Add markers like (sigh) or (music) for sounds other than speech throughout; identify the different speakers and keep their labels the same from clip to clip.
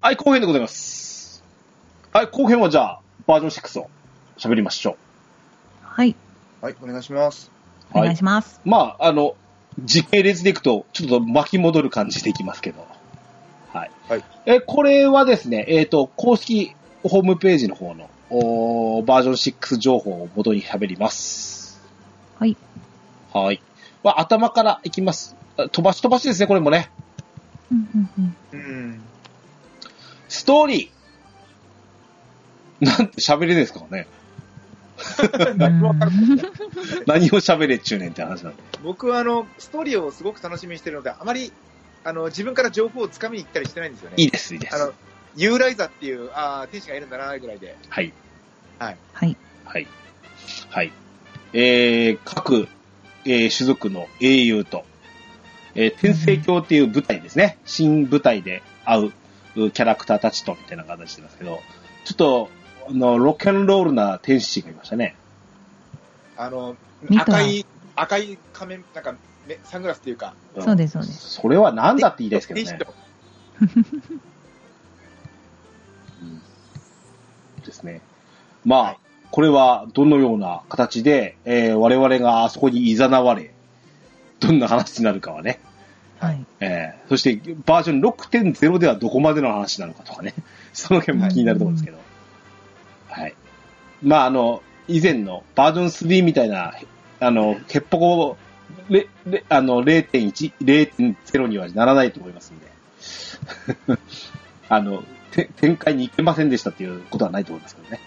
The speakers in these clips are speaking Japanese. Speaker 1: はい、後編でございます。はい、後編はじゃあ、バージョン6を喋りましょ
Speaker 2: はい。
Speaker 3: はい、お願いします。
Speaker 1: う。
Speaker 2: お
Speaker 1: は
Speaker 2: 願い
Speaker 1: い。
Speaker 2: します。
Speaker 1: まあ、あの、時系列でいくと、ちょっと巻き戻る感じでいきますけど。はい。
Speaker 3: はい
Speaker 1: え、これはですね、えっ、と、公式ホームページの方の、おーバージョン6情報を元に喋ります。
Speaker 2: はい。
Speaker 1: はい。まあ、頭からいきます。あ飛ばし飛ばしですね、これもね。
Speaker 2: うんうんうん
Speaker 3: うん。
Speaker 1: ストーリー。なんて喋れですからね。
Speaker 3: 何わかる
Speaker 1: 何を喋れっちゅうねんって話なんで。
Speaker 3: (laughs) 僕はあの、ストーリーをすごく楽しみにしてるので、あまり、あの、自分から情報をつかみに行ったりしてないんですよね。
Speaker 1: いいです、いいで
Speaker 3: あ
Speaker 1: す
Speaker 3: の。、ユーライザっていう、ああ、天使がいるんだな、ぐらいで。
Speaker 1: はい。
Speaker 2: はい。
Speaker 1: はい。はい。えー、各、えー種族の英雄と、えー天聖教っていう舞台ですね。新舞台で会ううキャラクターたちと、みたいな形なんですけど、ちょっと、あの、ロケンロールな天使がいましたね。
Speaker 3: あの
Speaker 2: 見、た
Speaker 3: 赤い、赤い仮面、なんか、ね、サングラスっていうか。
Speaker 1: ん
Speaker 2: そうですそうです
Speaker 1: それは何だって言いたいですけどね
Speaker 3: 天使。と
Speaker 1: ですね。まあ、
Speaker 3: はい
Speaker 1: これはどのような形で、えー我々があそこに誘われ、どんな話になるかはね、
Speaker 2: はい。
Speaker 1: えーそしてバージョン6.0ではどこまでの話なのかとかね、 (laughs) その辺も気になるところですけど。はい。まあ、あの、以前のバージョン3みたいな、あの、ヘッポコ、れれあの0.1、0.0にはならないと思いますんで。 (laughs) あの、て展開に行けませんでしたっていうことはないと思いますけどね。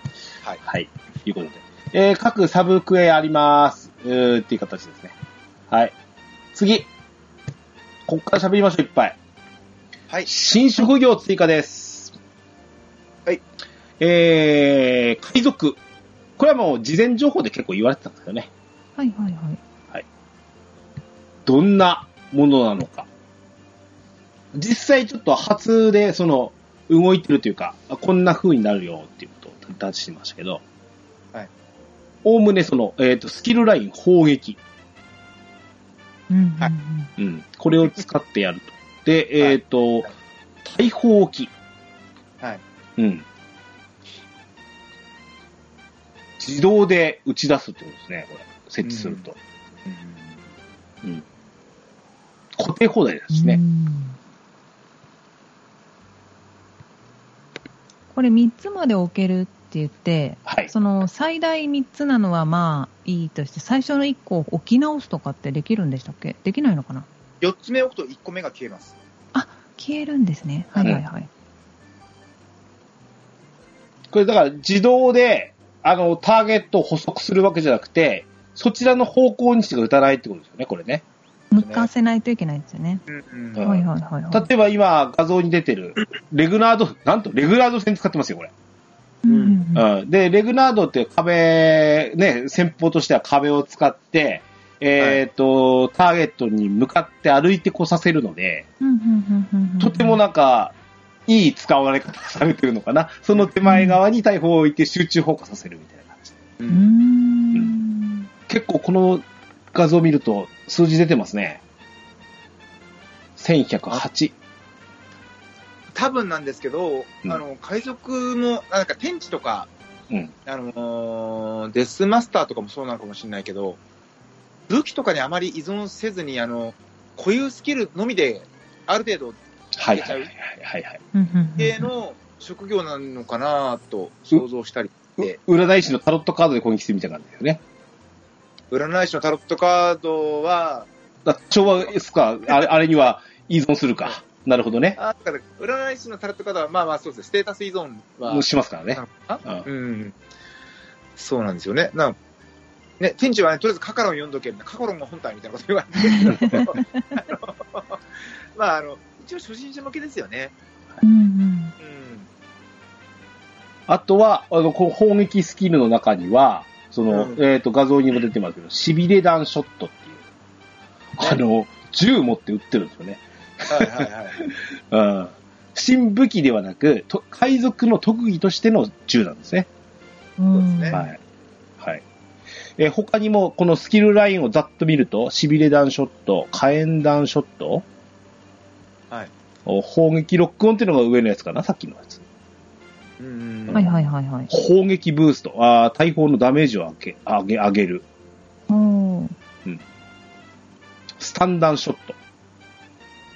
Speaker 3: はい
Speaker 1: はい。ということで。えー各サブクエあります。うーっていう形ですね。はい。次。ここから喋りましょう、いっぱい。
Speaker 3: はい。
Speaker 1: 新職業追加です。
Speaker 3: はい。
Speaker 1: えー、海賊。これはもう事前情報で結構言われてたんですけどね。
Speaker 2: はいはいはい。
Speaker 1: どんなものなのか。実際ちょっと初で、その、動いてるというか、あこんな風になるよっていうことを出してましたけど。
Speaker 3: はい。
Speaker 1: おおむねその、えっ、と、スキルライン砲撃。
Speaker 2: うんうんうん
Speaker 3: はい
Speaker 1: うん。これを使ってやると。で、
Speaker 3: はい
Speaker 1: えっ、と、大砲置き。
Speaker 3: はい。
Speaker 1: うん。自動で打ち出すってことですね、これ。設置すると。うん。固定放題です
Speaker 2: う
Speaker 1: ね。
Speaker 2: んこれ3つまで置けるって言って、
Speaker 1: はい。
Speaker 2: その最大3つなのはまあいいとして、最初の1個を置き直すとかってできるんでしたっけできないのかな
Speaker 3: 4つ目置くと1個目が消えます。
Speaker 2: 消えるんですね。はいはいはい。
Speaker 1: これだから自動で、あの、ターゲットを捕捉するわけじゃなくて、そちらの方向にしか打たないってことですよね、これね。
Speaker 2: 向かせないといけないですよね。
Speaker 3: うん
Speaker 1: う
Speaker 3: うんん。
Speaker 2: はいはいはいはい。
Speaker 1: 例えば今画像に出てる、レグナード、なんとレグナード戦使ってますよ、これ。
Speaker 2: うんうんうん
Speaker 1: うん、で、レグナードって壁、ね、戦法としては壁を使って、えっ、と、ターゲットに向かって歩いてこさせるので、
Speaker 2: うんうんうんうんうん
Speaker 1: とてもなんか、いい使われ方されてるのかな。その手前側に大砲を置いて集中砲火させるみたいな感じ。
Speaker 3: う
Speaker 2: うんー。
Speaker 1: うん結構この画像を見ると数字出てますね。1108。
Speaker 3: 多分なんですけど、
Speaker 1: うん
Speaker 3: あの、海賊も、なんか天使とか、
Speaker 1: うん。
Speaker 3: あのーデスマスターとかもそうなのかもしれないけど、武器とかにあまり依存せずに、あの、固有スキルのみで、ある程度、
Speaker 1: はいはいはいはいはいはい。
Speaker 2: うんうんうん
Speaker 3: 系の職業なのかなと想像したりして、
Speaker 1: う占い師のタロットカードで攻撃するみたいな感じですよね。
Speaker 3: 占い師のタロットカードは、
Speaker 1: だ調和ですか、あれあれには依存するか。なるほどね。
Speaker 3: あだから占い師のタロットカードは、まあまあそうですね、ステータス依存は
Speaker 1: もう、しますからね
Speaker 3: な。のか
Speaker 1: うん
Speaker 3: なうん。そうなんですよね。なんね、天使はね、とりあえずカカロン読んどけみたいな、カカロンが本体みたいなこと言われてるけ (laughs) どあのまあ、あの、一応初心者向けですよね。
Speaker 2: うん
Speaker 3: うん。
Speaker 1: あとは、あの、こう砲撃スキルの中には、その、
Speaker 3: うん
Speaker 1: えっ、と、画像にも出てますけど、痺れ弾ショットっていう、あの、銃持って撃ってるんですよね。
Speaker 3: はいはいはい。
Speaker 1: うん。新武器ではなく、と海賊の特技としての銃なんですね。
Speaker 2: うん。
Speaker 3: そうですね
Speaker 1: はい。はい。えー他にも、このスキルラインをざっと見ると、痺れ弾ショット、火炎弾ショット、
Speaker 3: はい。
Speaker 1: お砲撃ロックオンっていうのが上のやつかな、さっきのやつ。
Speaker 3: うん
Speaker 2: はいはいはいはい。
Speaker 1: 砲撃ブースト。ああ、大砲のダメージを上げ上げ上げる。
Speaker 2: おー
Speaker 1: スタンダンショット。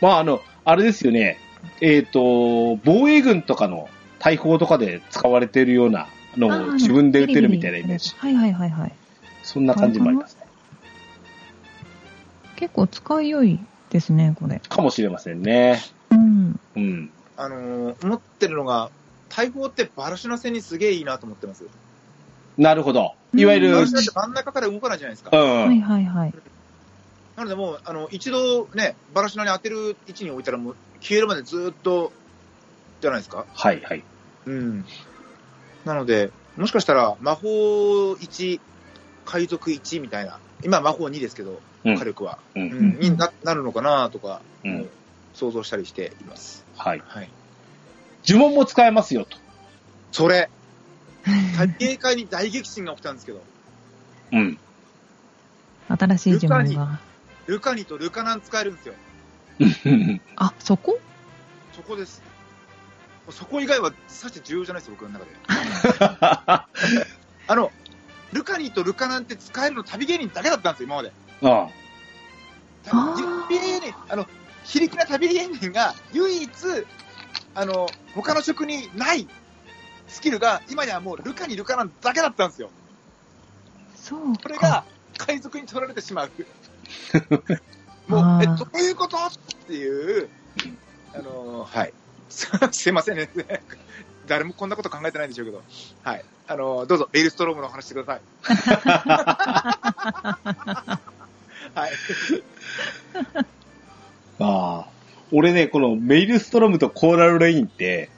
Speaker 1: まあ、あの、あれですよね。えっ、と、防衛軍とかの大砲とかで使われてるようなの
Speaker 2: あー
Speaker 1: を自分で撃てるみたいなイメージ。
Speaker 2: テレビにはいはいはいはい。
Speaker 1: そんな感じもありますね。
Speaker 2: 結構使いよいですね、これ。
Speaker 1: かもしれませんね。
Speaker 2: うん。
Speaker 1: うん。
Speaker 3: あのー、思ってるのが、大砲ってバルシュナ戦にすげえいいなと思ってます。
Speaker 1: なるほど。いわゆ
Speaker 2: うん
Speaker 1: る、
Speaker 3: バ
Speaker 1: う
Speaker 3: ルシュナって真ん中から動かないじゃないですか。
Speaker 2: は
Speaker 1: ん
Speaker 2: い。はいはい。
Speaker 3: なのでもう、あの、一度ね、バルシュナに当てる位置に置いたらもう消えるまでずっと、じゃないですか。
Speaker 1: はい、はい。
Speaker 3: うん。なので、もしかしたら魔法1、海賊1みたいな、今魔法2ですけど、
Speaker 1: うん
Speaker 3: 火力は、
Speaker 1: うん
Speaker 3: うんにななるのかなとか、
Speaker 1: うん。
Speaker 3: 想像したりしています。
Speaker 1: はい。
Speaker 3: はい。
Speaker 1: 呪文も使えますよ、と。
Speaker 3: それ、大会に大激震が起きたんですけど、
Speaker 1: うん。
Speaker 2: 新しい呪文が。
Speaker 3: ルカニとルカナン使えるんですよ。
Speaker 2: あ、そこ
Speaker 3: そこです。そこ以外はさして重要じゃないです、僕の中で。
Speaker 1: (laughs) あ
Speaker 3: あの、ルカニとルカナンって使えるの旅芸人だけだったんですよ、今まで。
Speaker 1: あ
Speaker 2: あー
Speaker 3: 旅芸人、あの、非力な旅芸人が唯一、あの、他の職にないスキルが、今やもうルカニ、ルカナンだけだったんですよ。
Speaker 2: そう
Speaker 3: これ
Speaker 2: か。
Speaker 3: が海賊に取られてしま
Speaker 2: (laughs)
Speaker 3: う。も
Speaker 2: あ
Speaker 3: う、
Speaker 2: ー
Speaker 3: え、どういうことっていう、あの、はい。 (laughs) すすいませんね。 (laughs) 誰もこんなこと考えてないんでしょうけど。はい。あの、どうぞ、エイルストロームの話してください。
Speaker 2: (laughs)
Speaker 3: はい。
Speaker 1: ああ。俺ね、このメイルストロームとコーラルレインって、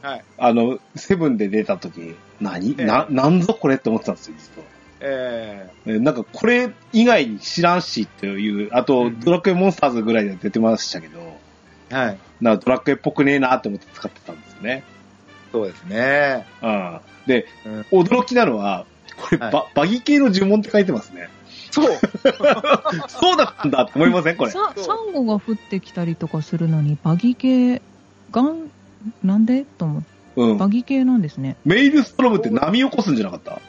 Speaker 3: はい。
Speaker 1: あの、セブンで出た時、何、
Speaker 3: ええ
Speaker 1: な、なんぞこれって思ってたんですよ、実は。
Speaker 3: え
Speaker 1: えなんかこれ以外に知らんしっていう、あ
Speaker 3: う
Speaker 1: と、
Speaker 3: ん
Speaker 1: ドラクエモンスターズぐらいで出てましたけど、
Speaker 3: ー、はい。
Speaker 1: なんかドラクエっぽくねえなって思って使ってたんですよね。
Speaker 3: そうですね。
Speaker 1: うん。で、
Speaker 3: うん
Speaker 1: 驚きなのは、これ
Speaker 3: はい
Speaker 1: バ、バギ系の呪文って書いてますね。
Speaker 3: そう。
Speaker 1: そうだったんだって思いませんこれ。
Speaker 2: さサンゴが降ってきたりとかするのに、バギ系、ガン、なんでと思って、
Speaker 1: うん
Speaker 2: バ。ギ系なんですね。
Speaker 1: メイルストロームって波起こすんじゃなかった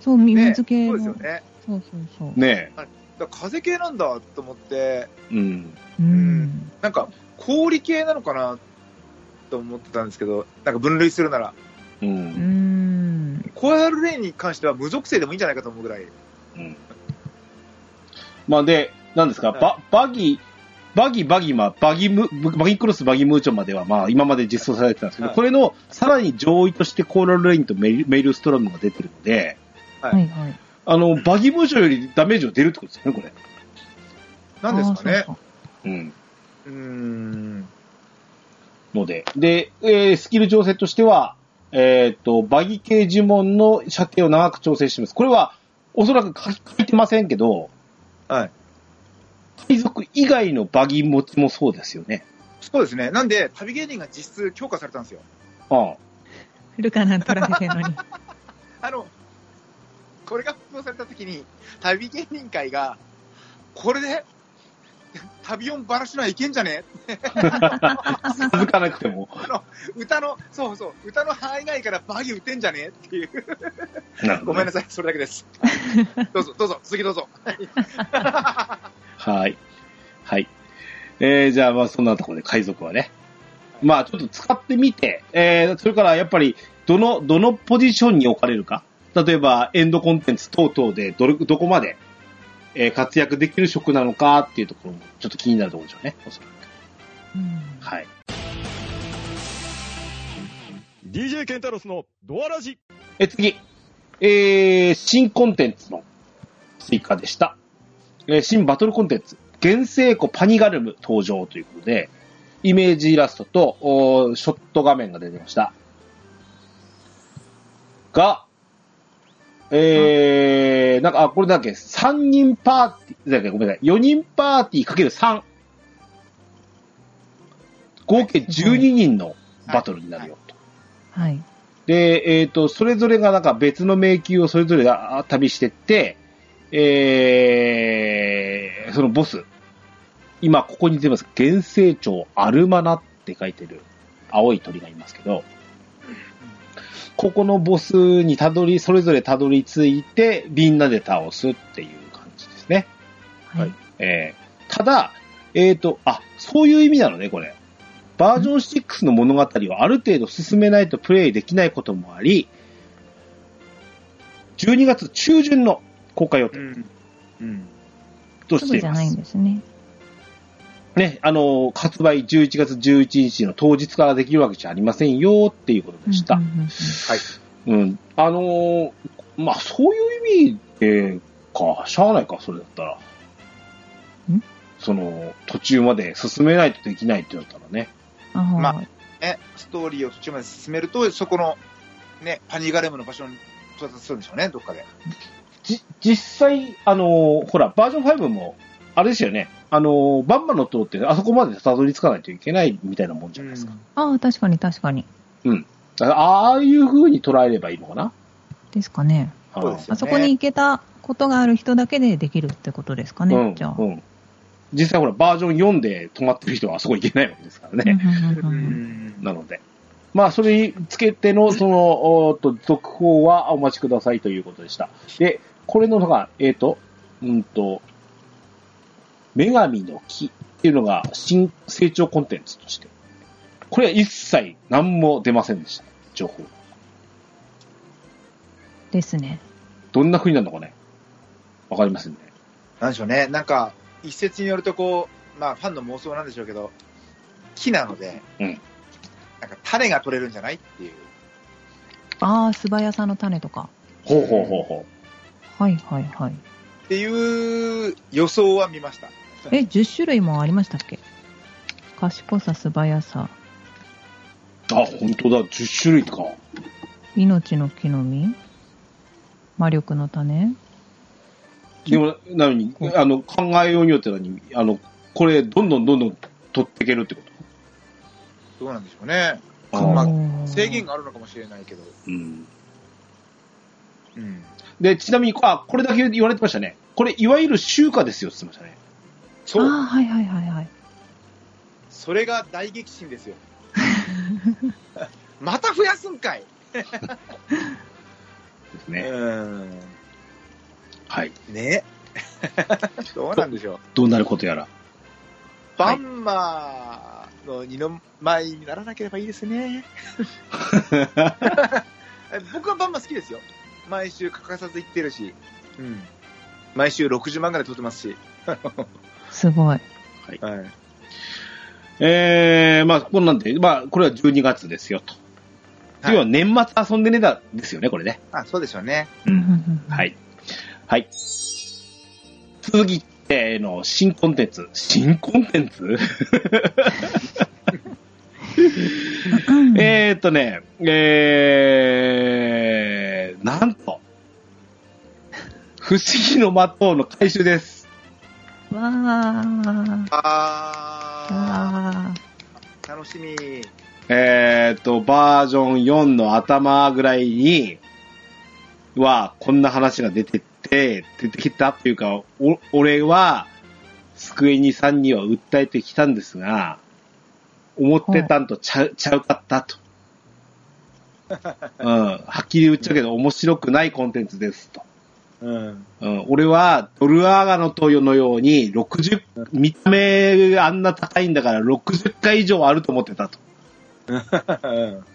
Speaker 2: そう、み
Speaker 3: ね
Speaker 2: 水系
Speaker 3: そ
Speaker 2: の、
Speaker 3: うですよね。
Speaker 2: そうそうそう。
Speaker 1: ね
Speaker 3: だから風系なんだと思って、
Speaker 1: え。うん。
Speaker 2: うん。
Speaker 3: なんか氷系なのかなと思ってたんですけど、なんか分類するなら、
Speaker 1: う。
Speaker 2: うんん。
Speaker 3: コアルレインに関しては無属性でもいいんじゃないかと思うぐらい。
Speaker 1: うん。まあで、なんですか、バ、バギ、バギ、バギマ、バギム、バギクロス、バギムーチョまでは、まあ今まで実装されてたんですけど、
Speaker 3: はい
Speaker 1: これのさらに上位としてコーラルレインとメイルメイルストラムが出てるので、
Speaker 2: はいはい。
Speaker 1: あの、バギムーチョよりダメージを出るってことですよね、これ。
Speaker 3: なんですかね
Speaker 2: あー。そう
Speaker 1: うん。
Speaker 3: うーん。
Speaker 1: ので。で、えースキル調整としては、えっ、と、バギ系呪文の射程を長く調整してます。これは、おそらく書き書いてませんけど、
Speaker 3: はい。
Speaker 1: 海賊以外のバギ持ちもそうですよね。
Speaker 3: そうですね。なんで、旅芸人が実質強化されたんですよ。 (laughs)
Speaker 1: ああ
Speaker 2: ルカナン取られてるのに。
Speaker 3: あの、これが発表された時に、旅芸人会が、これで、旅音バラしないけんじゃね
Speaker 1: 続かなくても。
Speaker 3: 歌の、そうそう、歌の範囲外からバギ打てんじゃねっていう。
Speaker 1: なる
Speaker 3: ごめんな
Speaker 1: さ
Speaker 3: さい、それだけ (laughs) です。どうぞ、どうぞ、次どうぞ。
Speaker 1: い。はい。はい。えー、じゃあ、まあ、そんなところで海賊はね。まあ、ちょっと使ってみて、えー、それからやっぱり、どの、どのポジションに置かれるか。例えば、エンドコンテンツ等々で、どれ、どこまで、えー活躍できる職なのかっていうところも、ちょっと気になるところでしょうね。おそらく。
Speaker 2: うん
Speaker 1: はい。
Speaker 4: DJ ケンタロスのドアラジ
Speaker 1: え、次。えー、新コンテンツの追加でした。えー新バトルコンテンツ、原生庫パニガルム登場ということで、イメージイラストと、おーショット画面が出てました。が、えー、なんか、あ、これだっけ、3人パーティー、だっけ、ごめんなさい、4人パーティーかける3。合計12人のバトルになるよと。
Speaker 2: はい。
Speaker 1: で、えっ、と、それぞれがなんか別の迷宮をそれぞれがあ旅してって、えー、そのボス、今ここに出てます、原生長アルマナっって書いてる青い鳥がいますけど、ここのボスにたどり、それぞれたどり着いて、みんなで倒すっていう感じですね。
Speaker 2: は
Speaker 3: はい
Speaker 2: い。
Speaker 1: えーただ、えっ、と、あ、そういう意味なのね、これ。バージョン6の物語はある程度進めないとプレイできないこともあり、12月中旬の公開予
Speaker 3: う
Speaker 1: 定
Speaker 3: ん。うん。
Speaker 1: と
Speaker 2: す
Speaker 1: して
Speaker 2: ぐ
Speaker 1: い
Speaker 2: じゃ
Speaker 1: ま
Speaker 2: ないん
Speaker 1: す。
Speaker 2: ですね。
Speaker 1: ね、あのー、発売11月11日の当日からできるわけじゃありませんよっていうことでした。
Speaker 2: うんうんうんうん
Speaker 1: うん。あのーまあ、そういう意味でか、しゃあないか、それだったら。
Speaker 2: ん
Speaker 1: その、途中まで進めないとできないってなったらね。
Speaker 2: あー
Speaker 3: まね、ストーリーを途中まで進めると、そこの、ね、パニーガレムの場所に到達するんでしょうね、どっかで。
Speaker 1: じ、実際、あのーほら、バージョン5も、あれですよね。あのーバンバの塔ってあそこまでたどり着かないといけないみたいなもんじゃないですか。
Speaker 2: あー、確かに確かに。
Speaker 1: だからああいう風に捉えればいいのかな。
Speaker 2: ですかね。
Speaker 3: そうですよ
Speaker 2: あそこに行けたことがある人だけでできるってことですか
Speaker 1: うん
Speaker 2: ね、じゃあ。
Speaker 1: う
Speaker 2: うん
Speaker 1: ん。実際ほら、バージョン4で止まってる人はあそこ行けないわけですからね。
Speaker 2: うんう
Speaker 3: うん
Speaker 2: うん
Speaker 3: ん。
Speaker 1: なので。まあ、それにつけての、その、おーっと、続報はお待ちくださいということでした。で、これのが、えっ、と、うんと、女神の木っていうのが新成長コンテンツとして。これは一切何も出ませんでした。情報。
Speaker 2: ですね。
Speaker 1: どんな風になるのかね。わかりませんね。
Speaker 3: なんでしょうね、なんか、一説によると、こう、まあ、ファンの妄想なんでしょうけど、木なので、
Speaker 1: うん
Speaker 3: なんか種が取れるんじゃないっていう。
Speaker 2: ああ、素早さの種とか。
Speaker 1: ほうほうほうほ
Speaker 2: はいはいはい。
Speaker 3: っていう予想は見ました。
Speaker 2: え、10種類もありましたっけ賢さ、素早さ、
Speaker 1: う。あ、本当だ。10種類か。
Speaker 2: 命の木の実、魔力の種。
Speaker 1: でも、なのに、あの、考えようによってなのに、あの、これ、どんどんどんどん取っていけるってこと
Speaker 3: どうなんでしょうね。
Speaker 1: あ
Speaker 3: まあ
Speaker 1: ー
Speaker 2: おー
Speaker 3: 制限があるのかもしれないけど。
Speaker 1: うん。
Speaker 3: うん。
Speaker 1: で、ちなみに、あ、これだけ言われてましたね。これ、いわゆる集荷ですよって言ってましたね。
Speaker 2: ああ、
Speaker 3: そう。
Speaker 2: はいはいはいはい。
Speaker 3: それが大激震ですよ。 (laughs) また増やすんかい。
Speaker 1: です
Speaker 3: う
Speaker 1: ね。
Speaker 3: ん。
Speaker 1: はい。
Speaker 3: ね。 (laughs) どうなんでしょう。
Speaker 1: どうなることやら。
Speaker 3: バンマーの二の舞にならなければいいです (laughs) ね。え僕はバンマ好きですよ。毎週欠かさず行ってるし。うん。毎週60万ぐらい撮ってますし。
Speaker 2: すごい。
Speaker 3: はい。
Speaker 1: えー、まあ、こんなんで、まあ、これは12月ですよと。
Speaker 3: はい
Speaker 1: 要は、年末遊んでねだ、ですよね、これね。
Speaker 3: あ、そうでしょうね。
Speaker 1: う。
Speaker 2: うんうんんうん
Speaker 1: はい。はい。続いての新コンテンツ。新コンテンツ (laughs)
Speaker 2: うん
Speaker 1: えーっとね、えー、なんと、不思議の魔法の回収です。
Speaker 2: わー。
Speaker 3: あ
Speaker 2: わ
Speaker 3: ー、楽しみ。
Speaker 1: えー、と、バージョン4の頭ぐらいに、は、こんな話が出てって、出てきたっていうか、お俺は、救いにさんには訴えてきたんですが、思ってたんとちゃうちゃうかったと。うん、はっきり言っちゃうけど、面白くないコンテンツですと。
Speaker 3: うん。 (laughs)
Speaker 1: うん、俺はドルアーガの投与のように60、見た目あんな高いんだから60回以上あると思ってたと。
Speaker 3: うん。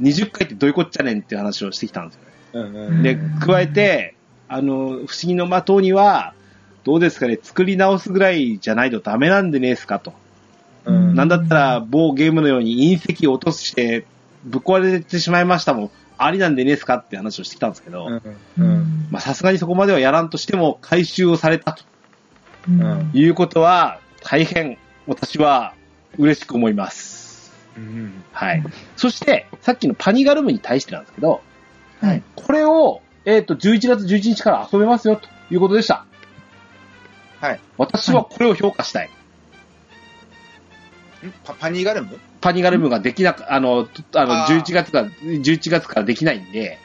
Speaker 1: 20回ってどういうこっちゃねんっていう話をしてきたんですよね。
Speaker 3: うん。
Speaker 1: で、加えて、あの、不思議の的には、どうですかね、作り直すぐらいじゃないとダメなんでねえすかと。
Speaker 3: うん。
Speaker 1: なんだったら、某ゲームのように隕石を落として、ぶっ壊れてしまいましたもん、ありなんでねえすかって話をしてきたんですけど、
Speaker 2: ー。
Speaker 3: うん。
Speaker 1: まあさすがにそこまではやらんとしても、回収をされたと
Speaker 2: うん
Speaker 3: うん
Speaker 1: いうことは、大変、私は嬉しく思います。
Speaker 3: うん。
Speaker 1: はい。そして、さっきのパニガルムに対してなんですけど、
Speaker 2: はい。
Speaker 1: これを、えっ、と、11月11日から遊べますよ、ということでした。
Speaker 3: はい。
Speaker 1: 私はこれを評価したい。
Speaker 3: んパパニーガルム
Speaker 1: パニガルムができなく、あの、とあの、
Speaker 3: あー
Speaker 1: 11月が、11月からできないんで、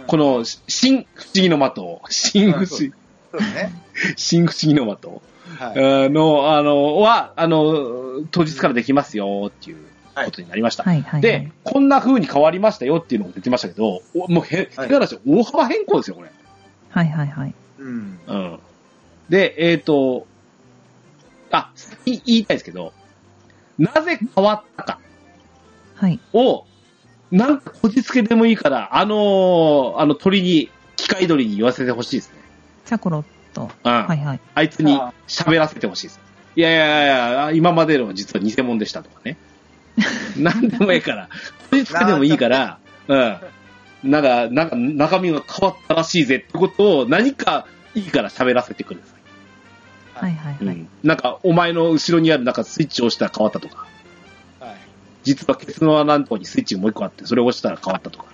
Speaker 3: うん
Speaker 1: この、し新不思議の的を、新不
Speaker 3: あ
Speaker 1: 思
Speaker 3: そう
Speaker 1: 議、
Speaker 3: そうですね。
Speaker 1: 新不思議の的を、
Speaker 3: はい。
Speaker 1: あの、あの、は、あの、当日からできますよ、っていうことになりました。
Speaker 2: はいはい。
Speaker 1: で、、こんな風に変わりましたよっていうのも出てましたけど、おもうへ、
Speaker 3: はい
Speaker 1: 手柄ですよ大幅変更ですよ、これ。
Speaker 2: はいはいはい。
Speaker 3: うん。
Speaker 1: うん。で、えっ、と、あ、い言いたいですけど、なぜ変わったか
Speaker 2: はい。
Speaker 1: を、なんかこじつけでもいいから、あのーあの鳥に、機械鳥に言わせてほしいですね。
Speaker 2: チャコロット。
Speaker 1: うん。
Speaker 2: はいはい。
Speaker 1: あいつに喋らせてほしいです。いやいやいやいや、今までの実は偽物でしたとか
Speaker 2: (laughs)
Speaker 1: ね。なんでもいいから、こじつけでもいいから、うん。なんか、なんか中身が変わったらしいぜってことを何かいいから喋らせてくるんです。
Speaker 2: はいはいはい。
Speaker 1: なんか、お前の後ろにあるなんかスイッチを押したら変わったとか、
Speaker 3: はい。
Speaker 1: 実はケツの穴のとこにスイッチがもう一個あって、それを押したら変わったとか、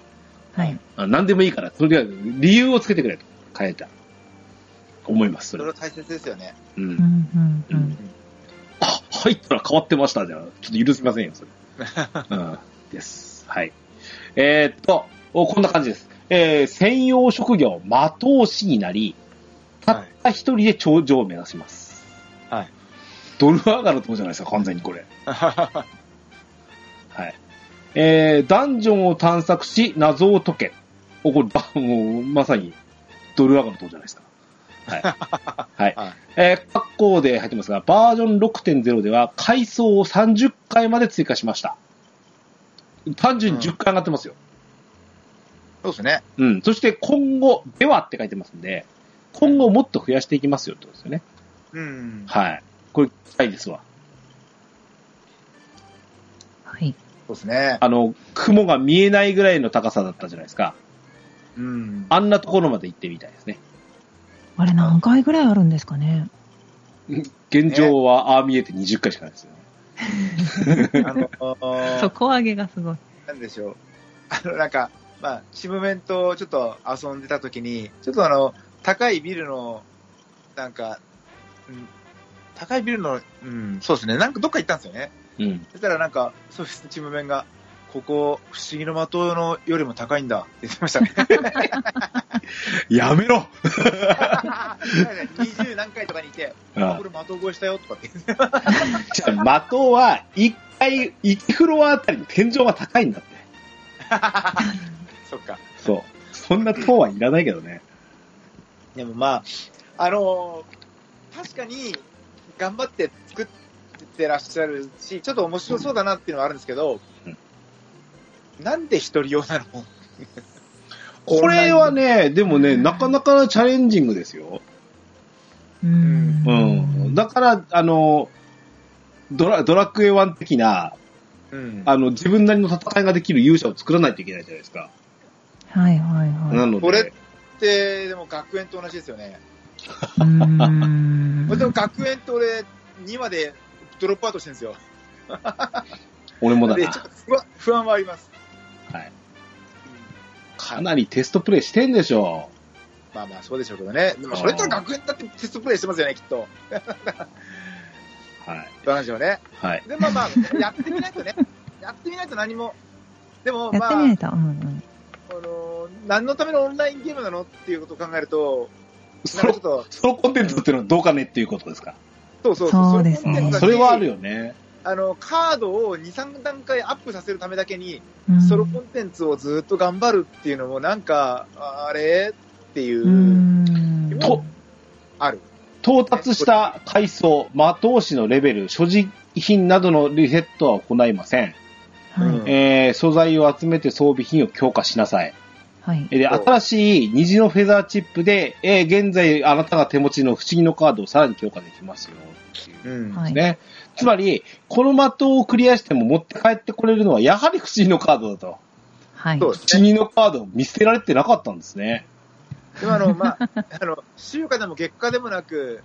Speaker 2: はい。
Speaker 1: あ何でもいいから、とりあえず理由をつけてくれと、変えた。思います、そ
Speaker 3: そ
Speaker 1: れ
Speaker 3: れ
Speaker 1: は
Speaker 3: は。大切です
Speaker 1: (laughs)
Speaker 3: よね。
Speaker 1: う。
Speaker 2: うんんうんうん。
Speaker 1: あ、入ったら変わってましたじゃん。ちょっと許せませんよ、それ。うん。です。はい。えーっと、おこんな感じです。えー専用職業、魔闘士になり、たった一人で頂上を目指します。
Speaker 3: はい。
Speaker 1: ドル上がるとこじゃないですか、完全にこれ。
Speaker 3: は
Speaker 1: はい。えー、ダンジョンを探索し、謎を解け。お、これ、ば、もう、まさに、ドルワガの塔じゃないですか。 (laughs) はい。はい。
Speaker 3: はい
Speaker 1: えー、格好で入ってますが、バージョン6.0では、階層を30回まで追加しました。単純に10回上がってますよ。
Speaker 3: そうですね。
Speaker 1: うん。そして、今後、ではって書いてますんで、今後もっと増やしていきますよってことですよね。
Speaker 3: うん。
Speaker 1: はい。これ、期待ですわ。
Speaker 2: はい。
Speaker 3: そうですね。
Speaker 1: あの、雲が見えないぐらいの高さだったじゃないですか。
Speaker 3: うん。
Speaker 1: あんなところまで行ってみたいですね。
Speaker 2: あれ何回ぐらいあるんですかね。
Speaker 1: 現状は、ああ見えて20回しかないですよね。
Speaker 3: あの、
Speaker 2: 底上げがすごい。
Speaker 3: なんでしょう。あの、なんか、まあ、チームメントをちょっと遊んでた時に、ちょっとあの、高いビルの、なんか、うん、高いビルの、うん、そうですね。なんかどっか行ったんですよね。
Speaker 1: うん。
Speaker 3: そしたらなんか、そうですチームメンが、ここ、不思議の的のよりも高いんだって言ってましたね。
Speaker 1: やめろ
Speaker 3: 20何回とかにいて、あこれ的越えしたよとかって言って。
Speaker 1: じゃあ、的は、1回、1フロアあたりの天井が高いんだって。
Speaker 3: そっか。
Speaker 1: そう。そんな塔はいらないけどね。
Speaker 3: でもまあ、あのー確かに頑張って作ってらっしゃるし、ちょっと面白そうだなっていうのはあるんですけど、
Speaker 1: うん
Speaker 3: なんで一人用なの
Speaker 1: これは
Speaker 3: ね、
Speaker 1: ね、でもね、なかなかチャレンジングですよ。
Speaker 2: (laughs) う
Speaker 1: うんん。。だから、あの、ドラドラクエ1的な、
Speaker 3: うん、
Speaker 1: あの、自分なりの戦いができる勇者を作らないといけないじゃないですか。
Speaker 2: はいはい
Speaker 1: な
Speaker 2: は
Speaker 1: の
Speaker 3: これ
Speaker 1: で、
Speaker 3: で、でも学園と同じですよね。
Speaker 2: い。うーん
Speaker 3: でも学園と俺、2までドロップアウトしてるんですよ。
Speaker 1: 俺もだ
Speaker 3: で、
Speaker 1: な
Speaker 3: ちょ。っと不安不安はあります。
Speaker 1: はい。かなりテストプレイしてんでしょ
Speaker 3: まあまあ、そうでしょうけどね。でも、それとは学園だってテストプレイしてますよね、きっと。
Speaker 1: う。はい。
Speaker 3: 話をね。
Speaker 1: はい。
Speaker 3: で、まあまあ、やってみないとね。やってみないと何も。でも、
Speaker 2: や
Speaker 3: ま
Speaker 2: っ
Speaker 3: あ、
Speaker 2: てみないと。うんうん。
Speaker 3: あのー何のためのオンラインゲームなのっていうことを考えると、な
Speaker 1: そ
Speaker 3: んかちょ
Speaker 1: の
Speaker 3: っ、と、
Speaker 1: そのコンテンツっていうのはどうかねっていうことですか。
Speaker 3: そうそう
Speaker 2: そうですね
Speaker 3: いことだし
Speaker 1: それはあるよね。
Speaker 3: あの、カードを2、3段階アップさせるためだけに、
Speaker 2: うん
Speaker 3: ソロコンテンツをずっと頑張るっていうのも、なんか、ああれっていうう、
Speaker 2: ん。
Speaker 1: と
Speaker 3: ある。
Speaker 1: 到達した階層、魔闘士のレベル、所持品などのリセットは行いません。
Speaker 2: は
Speaker 3: うん
Speaker 2: い。
Speaker 1: えー、素材を集めて装備品を強化しなさい。
Speaker 2: はい。
Speaker 1: で、
Speaker 3: そう
Speaker 1: 新しい虹のフェザーチップで、えー、現在あなたが手持ちの不思議のカードをさらに強化できますよ。
Speaker 3: うん。
Speaker 2: はい。
Speaker 1: ね。つまり、この的をクリアしても持って帰ってこれるのは、やはり不思議のカードだと。
Speaker 2: はい。
Speaker 3: そうで
Speaker 1: 不
Speaker 3: す
Speaker 1: 思
Speaker 3: ね。
Speaker 1: 議のカードを見捨てられてなかったんですね。
Speaker 3: でもあの、まあ、 (laughs) あの、週間でも月間でもなく、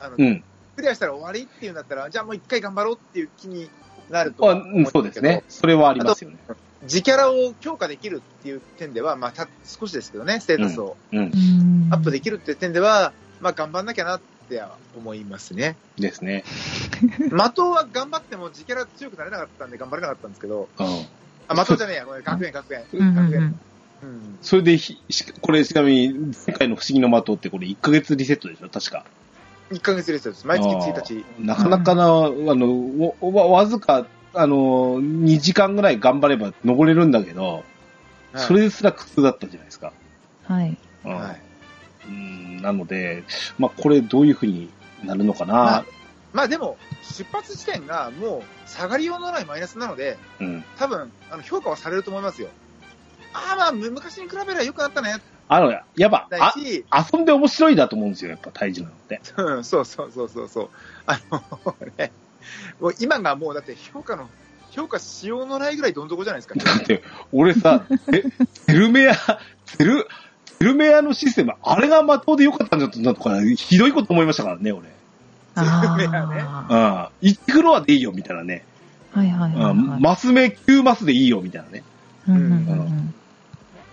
Speaker 3: あの、
Speaker 1: うん。
Speaker 3: クリアしたら終わりっていうんだったら、じゃあもう一回頑張ろうっていう気になると
Speaker 1: あ
Speaker 3: は
Speaker 1: うん、
Speaker 3: 思
Speaker 1: そうですね。。それはありますよね。
Speaker 3: 自キャラを強化できるっていう点では、まあ、た少しですけどね、ステータスを
Speaker 1: うん
Speaker 2: う。ん。
Speaker 3: アップできるっていう点では、まあ、頑張んなきゃなっては思いま
Speaker 2: (laughs)
Speaker 3: すね。
Speaker 1: ですね。
Speaker 3: 的は頑張っても自キャラ強くなれなかったんで頑張れなかったんですけど、
Speaker 1: うん。
Speaker 3: あ、的じゃねえや、ごめん、学園、学園。
Speaker 2: うんうん
Speaker 3: 学
Speaker 2: う
Speaker 3: 園。
Speaker 2: ん。
Speaker 3: うん。
Speaker 1: それでひ、しこれちなみに、前回の不思議の的ってこれ1ヶ月リセットでしょ確か。
Speaker 3: 1ヶ月ですよ。毎月1日。
Speaker 1: なかなかな、あの、わ、わわずか、あの、2時間ぐらい頑張れば登れるんだけど、それですら苦痛だったじゃないですか。
Speaker 2: はい。
Speaker 1: うん
Speaker 3: はい。
Speaker 1: うんなので、まあ、これどういうふうになるのかな、
Speaker 3: まあまあでも、出発地点がもう下がりようのないマイナスなので、
Speaker 1: うん。
Speaker 3: 多分あの評価はされると思いますよ。ああ、まあ、む昔に比べれば良くなったね、
Speaker 1: あの、やっぱ、
Speaker 3: だ
Speaker 1: あ
Speaker 3: し、
Speaker 1: 遊んで面白いだと思うんですよ、やっぱ体重なのって。
Speaker 3: うん、そうそうそうそうそう。あの、 (laughs) ね、もう今がもうだって評価の、評価しようのないぐらいどん底じゃないですか。
Speaker 1: だって、俺さ、えゼルメア、ゼル、ゼルメアのシステム、あれがまとうでよかったんじゃなとか、ひどいこと思いましたからね、俺。
Speaker 3: そうだよね
Speaker 2: あ
Speaker 1: うん。1クロアでいいよ、みたいなね。
Speaker 2: ーはいはいはいは
Speaker 1: う
Speaker 2: い。
Speaker 1: ん。マス目9マスでいいよ、みたいなね。
Speaker 2: うんうん
Speaker 3: う
Speaker 2: うん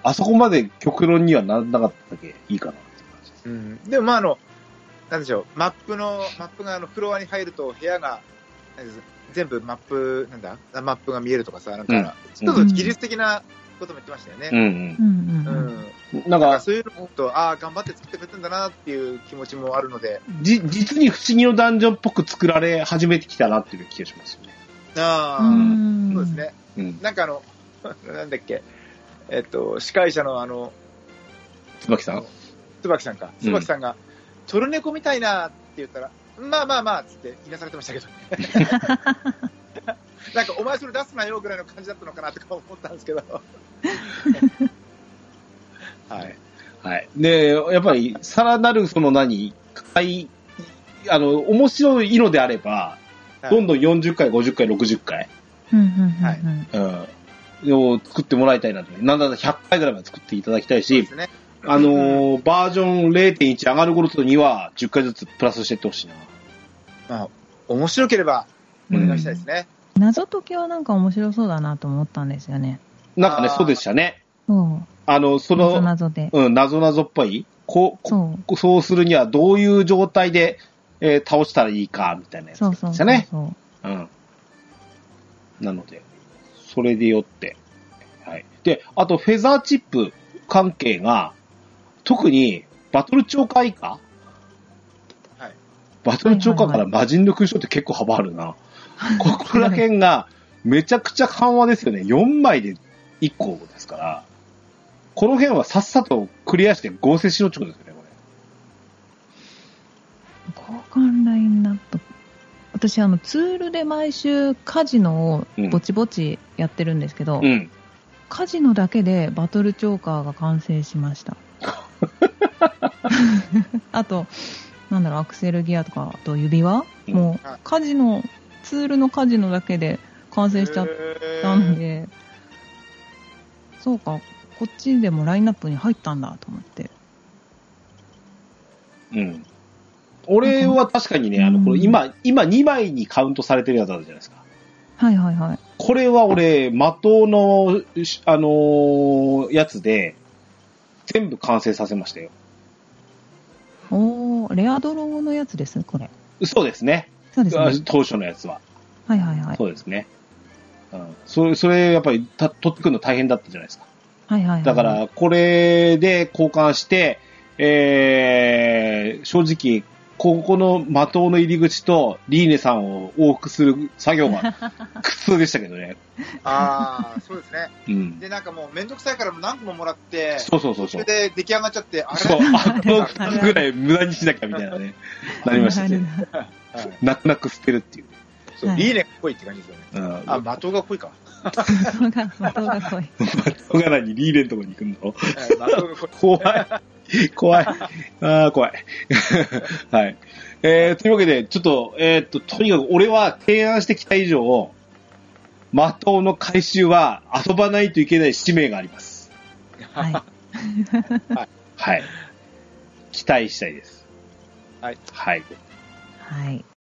Speaker 1: あそこまで極論にはならなかっただけいいかなって感じです。
Speaker 3: うん。でもまああの、なんでしょう、マップの、マップがあのフロアに入ると部屋が、なんです全部マップ、なんだあマップが見えるとかさ、なんか、
Speaker 1: うん
Speaker 3: ちょっと技術的なことも言ってましたよ
Speaker 1: う
Speaker 3: ね。
Speaker 1: ん
Speaker 2: うん
Speaker 3: う
Speaker 2: うんうん
Speaker 3: ん。
Speaker 1: うん。なん
Speaker 3: だから
Speaker 1: か、
Speaker 3: そういうのと、ああ、頑張って作ってくれたんだなっていう気持ちもあるので、
Speaker 1: じ、実に不思議のダンジョンっぽく作られ始めてきたなっていう気がしますよね。
Speaker 3: あ
Speaker 2: う
Speaker 3: あ、
Speaker 2: ん
Speaker 3: そうですね。
Speaker 1: うん。
Speaker 3: なんかあの、 (laughs) なんだっけ、えっと、司会者のあの、
Speaker 1: 椿さん
Speaker 3: 椿さんか、
Speaker 1: うん
Speaker 3: 椿さんが、トルネコみたいなって言ったら、まあまあまあっつって、いなされてましたけど、
Speaker 1: (laughs)
Speaker 3: なんか、お前それ出すなよぐらいの感じだったのかなとか思ったんですけど、はい、
Speaker 1: はい。で、やっぱり、さらなる、その何、回、あの、面白いのであれば、
Speaker 3: はい
Speaker 1: どんどん40回、50回、60回、
Speaker 2: うんうんうんうん
Speaker 3: はい
Speaker 1: うん、を作ってもらいたいなと。なんだったら100回ぐらいまで作っていただきたい
Speaker 3: そうで
Speaker 1: し、
Speaker 3: すね、
Speaker 1: あのーバージョン0.1上がる頃とには、10回ずつプラスしていってほしいな。
Speaker 3: 面白ければお
Speaker 1: うん
Speaker 3: 願いしたいですね。
Speaker 2: 謎解きはなんか面白そうだなと思ったんですよね。
Speaker 1: なんかね、
Speaker 3: あー
Speaker 1: そうでしたね。
Speaker 2: そう。
Speaker 1: あの、そ
Speaker 2: 謎
Speaker 1: の、
Speaker 2: 謎で。
Speaker 1: うん、謎謎っぽい。こう、
Speaker 2: そう。
Speaker 1: こそうするには、どういう状態で、えー倒したらいいか、みたいなやつ
Speaker 2: そう
Speaker 1: で
Speaker 2: そう
Speaker 1: し
Speaker 2: そ
Speaker 1: た
Speaker 2: う
Speaker 1: ね。
Speaker 2: そう。
Speaker 1: うん。なので、それでよって。はい。で、あと、フェザーチップ関係が、特に、バトル超過以下
Speaker 3: はい。
Speaker 1: バトル超過から魔人の勲章って結構幅あるな。ここら辺が、めちゃくちゃ緩和ですよね。4枚で1個ですから。この辺はさっさとクリアして合成しろってことですよね、こ
Speaker 2: 交換ラインナップ。私、あの、ツールで毎週カジノをぼちぼちやってるんですけど、
Speaker 1: れ。うん。
Speaker 2: カジノだけでバトルチョーカーが完成し
Speaker 1: (laughs)
Speaker 2: ました。あと、なんだろう、アクセルギアとか、あと指輪、
Speaker 1: うん
Speaker 2: も、
Speaker 3: はいう
Speaker 2: カジノ、ツールのカジノだけで完成しちゃったんで、そうか、こっちでもラインナップに入ったんだと思って。
Speaker 1: うん。俺は確かにね、あの、これ今、今2枚にカウントされてるやつあるじゃないですか。
Speaker 2: はいはいはい。
Speaker 1: これは俺、魔党の、しあのーやつで、全部完成させましたよ。
Speaker 2: おー、レアドローのやつです、これ。
Speaker 1: そうですね。
Speaker 2: そうですね。
Speaker 1: あ当初のやつは。
Speaker 2: はいはいはい。
Speaker 1: そうですね。うん。それ、それ、やっぱり、た取ってくるの大変だったじゃないですか。
Speaker 2: はいはいはい。
Speaker 1: だから、これで交換して、えー、正直、ここの魔党の入り口と、リーネさんを往復する作業
Speaker 3: (laughs)
Speaker 1: が苦痛でしたけどね。
Speaker 3: ああ、そうですね。
Speaker 1: うん。
Speaker 3: で、なんかもう、めんどくさいからもう何個ももらって、
Speaker 1: そうそうそう
Speaker 3: そ
Speaker 1: そ
Speaker 3: れ
Speaker 1: う。
Speaker 3: で出来上がっちゃって、 (laughs) あれ
Speaker 1: そう、あのぐらい無駄にしなきゃみたいな
Speaker 3: (laughs)
Speaker 1: ね、なりました
Speaker 2: なる
Speaker 1: ね。
Speaker 2: なる
Speaker 3: はい
Speaker 1: 泣く泣く捨てるっていう。
Speaker 3: そう
Speaker 2: はい
Speaker 3: いいね、濃いって感じですよね。
Speaker 1: うん。
Speaker 3: あ、的が濃いか。
Speaker 2: 的が、的が
Speaker 1: (laughs)
Speaker 2: 濃い。
Speaker 1: 小柄にリーレのとこに行くの
Speaker 3: はい的が濃い。
Speaker 1: 怖い。怖い。ああ、怖い。 (laughs) はい。えー、というわけで、ちょっと、えーっと、とにかく俺は提案してきた以上、的の回収は遊ばないといけない使命があります。
Speaker 2: はい。
Speaker 1: はい。期待したいです。
Speaker 3: はい。
Speaker 1: はい。
Speaker 2: はい。
Speaker 5: (laughs)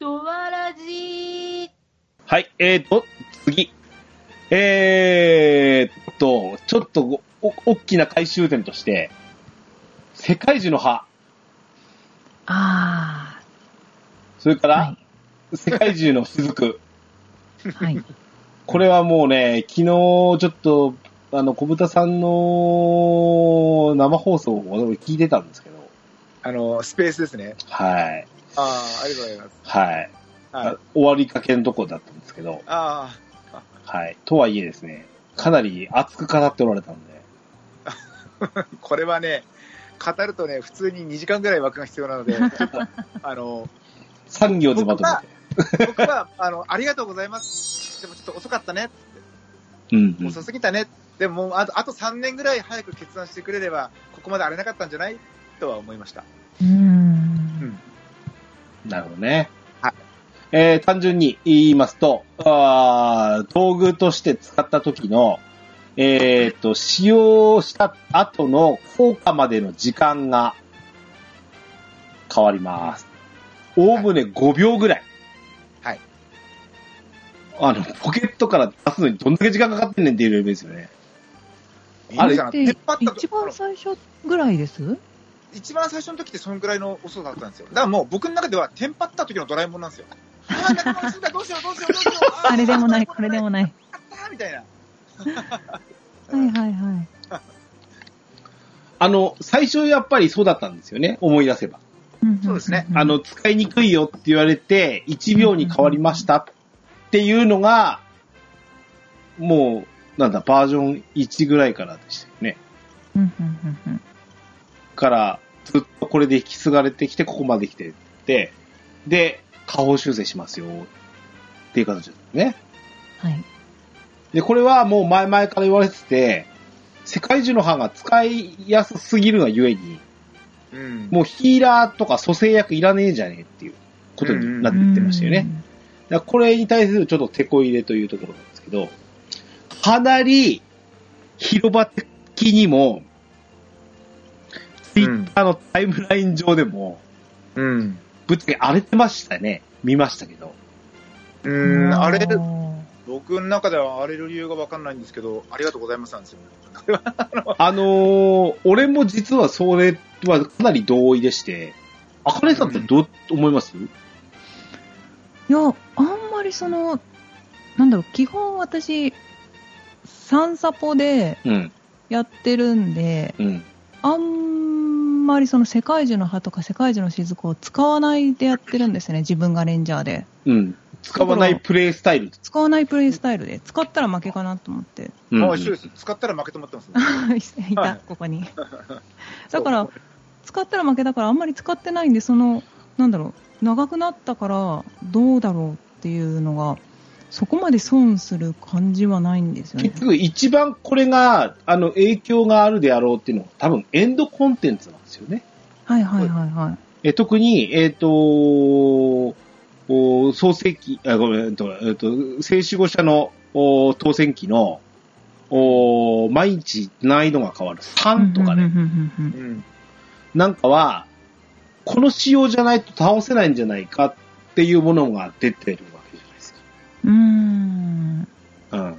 Speaker 5: ドワラジー
Speaker 1: はい、えーと、次。えーと、ちょっとごお大きな回収点として、世界樹の葉、
Speaker 2: あ
Speaker 1: それか
Speaker 2: あ。
Speaker 1: ら、
Speaker 2: は
Speaker 1: 世界中の雫。
Speaker 2: い。はい。
Speaker 1: これはもうね、昨日ちょっと、あの、小豚さんの生放送を俺聞いてたんですけど、
Speaker 3: あの、スペースですね。
Speaker 1: はい。
Speaker 3: ああ、ありがとうございます。
Speaker 1: はい。
Speaker 3: はい。
Speaker 1: 終わりかけのとこだったんですけど、
Speaker 3: あ
Speaker 1: はい。とはいえですね、かなり熱く語っておられたので、
Speaker 3: あ、これはね、語るとね、普通に2時間ぐらい枠が必要な
Speaker 1: (laughs)
Speaker 3: ので、ちょっと、あの、
Speaker 1: 産業でまとめ
Speaker 3: 僕は、あの、ありがとうございます。でもちょっと遅かったね。
Speaker 1: て。うん、うん。
Speaker 3: 遅すぎたね。でももうあと、あと3年ぐらい早く決断してくれれば、ここまで荒れなかったんじゃないとは思いました。
Speaker 2: うん。
Speaker 1: なるほどね。
Speaker 3: はい
Speaker 1: えー単純に言いますと、あー道具として使った時の、えーっと、使用した後の効果までの時間が変わります。おおむね5秒ぐらい。
Speaker 3: はい。
Speaker 1: あの、ポケットから出すのにどんだけ時間かかってんねんっていうレベルですよね。あれ
Speaker 3: いいんじゃない
Speaker 2: で
Speaker 3: 出っ張った
Speaker 2: 一
Speaker 3: あ
Speaker 2: 番
Speaker 3: の
Speaker 2: 最初ぐらいです
Speaker 3: 一番最初の時ってそのくらいの遅さだったんですよ。だからもう僕の中ではテンパった時のドラえもんなんです
Speaker 2: (laughs)
Speaker 3: よ。あー、仲間が死んだ、どうしよう、どうしよう、どうしよう。ー
Speaker 2: あれでもない、これでもない。
Speaker 3: あったみたいな。
Speaker 2: はいはいはい。
Speaker 1: あの、最初やっぱりそうだったんですよね。思い出せば。
Speaker 2: んんん
Speaker 3: そうですね
Speaker 1: あ、の、使いにくいよって言われて、1秒に変わりましたっていうのが、もう、なんだ、バージョン1ぐらいからでしたよね。
Speaker 2: うんうんうんうん
Speaker 1: から、ずっとこれで引き継がれてきて、ここまで来てって、で、下方修正しますよ、っていう形ですね。
Speaker 2: はい。
Speaker 1: で、これはもう前々から言われてて、世界中の班が使いやすすぎるがゆえに、
Speaker 3: うん。
Speaker 1: もうヒーラーとか蘇生薬いらねえじゃねえっていうことになってましたよね。だからこれに対するちょっと手こ入れというところなんですけど、かなり広場的にも、ツイッターのタイムライン上でも、
Speaker 3: うん。
Speaker 1: ぶっちゃけ荒れてましたね。見ましたけど。
Speaker 2: うん。
Speaker 3: うん。あれ、
Speaker 2: うん
Speaker 3: 僕の中では荒れる理由がわかんないんですけど、ありがとうございますなんですよ。
Speaker 1: あのー俺も実はそれはかなり同意でして、あかねさんってどう思います
Speaker 2: いや、あんまりその、なんだろう、基本私、散サポで
Speaker 1: うん。
Speaker 2: やってるんで、
Speaker 1: うん。
Speaker 2: あんまりその世界中の歯とか世界中の雫を使わないでやってるんですね、自分がレンジャーで。
Speaker 1: うん。使わないプレイスタイル。
Speaker 2: 使わないプレイスタイルで、使ったら負けかなと思
Speaker 1: (laughs)
Speaker 2: って。
Speaker 1: うん
Speaker 3: もう一緒です。使ったら負けと思ってますね。
Speaker 2: い
Speaker 3: は
Speaker 2: た
Speaker 3: い、
Speaker 2: ここに。だから、使ったら負けだから、あんまり使ってないんで、その、なんだろう、長くなったから、どうだろうっていうのが、そこまで損する感じはないんですよね
Speaker 1: 結。局一番これが、あの、影響があるであろうっていうのは多分エンドコンテンツなんですよね。
Speaker 2: はいはいはいはい。
Speaker 1: え特に、えっ、とお創世記、あ、ごめん、えっ、と、えっ、と、聖守護者のお当選期の、お毎日難易度が変わる3とかね、
Speaker 2: うんうんうんうん
Speaker 3: うん。
Speaker 1: なんかは、この仕様じゃないと倒せないんじゃないかっていうものが出てるわけじゃないです
Speaker 2: うーん。
Speaker 1: か。うん。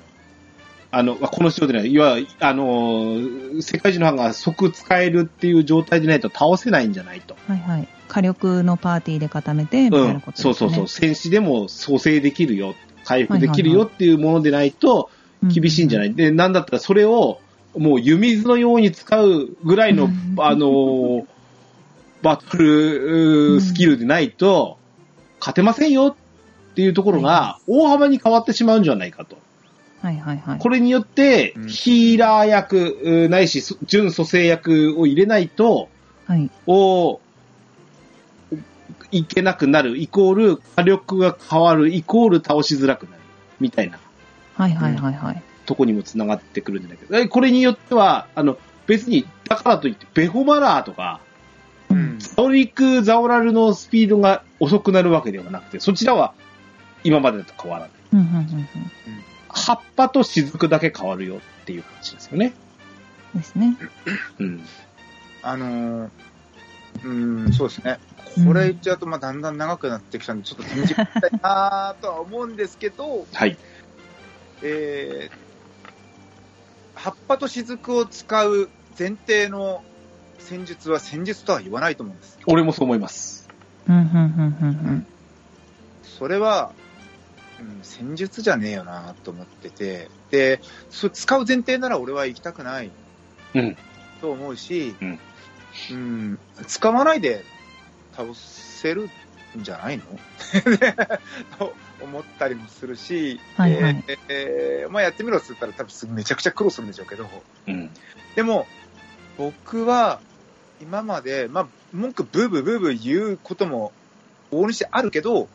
Speaker 1: あの、あこの仕様でない、いわゆる、あのー世界中の班が即使えるっていう状態でないと倒せないんじゃないと。
Speaker 2: はいはい。火力のパーティーで固めて、みたいなことです
Speaker 1: そ
Speaker 2: ね。
Speaker 1: うそうそう、戦士でも蘇生できるよ、回復できる
Speaker 2: はい
Speaker 1: よ
Speaker 2: はいは
Speaker 1: っていうものでないと
Speaker 2: うん。
Speaker 1: 厳しいんじゃない、
Speaker 2: い
Speaker 1: で、なんだったらそれをもう湯水のように使うぐらいの、
Speaker 2: うん
Speaker 1: あの
Speaker 2: (laughs)
Speaker 1: ーバトルうー
Speaker 2: うん
Speaker 1: スキルでないと勝てませんよっていうところが
Speaker 2: は
Speaker 1: 大幅に変わってしまうんじゃないかと。
Speaker 2: はいはいはい。
Speaker 1: これによって
Speaker 3: うん
Speaker 1: ヒーラー役うーないしそ純蘇生役を入れないと、
Speaker 2: はい。
Speaker 1: をいけなくなる、イコール火力が変わる、イコール倒しづらくなる、みたいな
Speaker 2: はいはいはいはい。
Speaker 1: とこにも繋がってくるんじゃないかえ。これによっては、あの、別に、だからといって、ベホマラーとか、
Speaker 3: うん。
Speaker 1: ザオリク・ザオラルのスピードが遅くなるわけではなくて、そちらは今までと変わらない。
Speaker 2: うんうんうんうん。
Speaker 1: 葉っぱと雫だけ変わるよっていう話ですよね。
Speaker 2: ですね。
Speaker 1: うん。
Speaker 3: あのー、うん、そうですね。これ言っちゃうと、まあ、だんだん長くなってきたんで、ちょっと短くしたいなーとは思うんですけど、
Speaker 1: はい。
Speaker 3: えー葉っぱと雫を使う前提の戦術は戦術とは言わないと思うんです。
Speaker 1: 俺もそう思います。
Speaker 2: うんうんうんうんうん。
Speaker 3: それは、うん、戦術じゃねえよなと思ってて、で、それ使う前提なら俺は行きたくない
Speaker 1: うん
Speaker 3: と思うし、
Speaker 1: うん
Speaker 3: うん、使わないで倒せるんじゃないの (laughs) と思ったりもするし、
Speaker 2: はいはい
Speaker 3: えーえーまあ、やってみろって言ったら多分めちゃくちゃ苦労するんでしょうけど、
Speaker 1: うん。
Speaker 3: でも僕は今まで、まあ、文句ブーブーブーブー言うことも往々にしてあるけど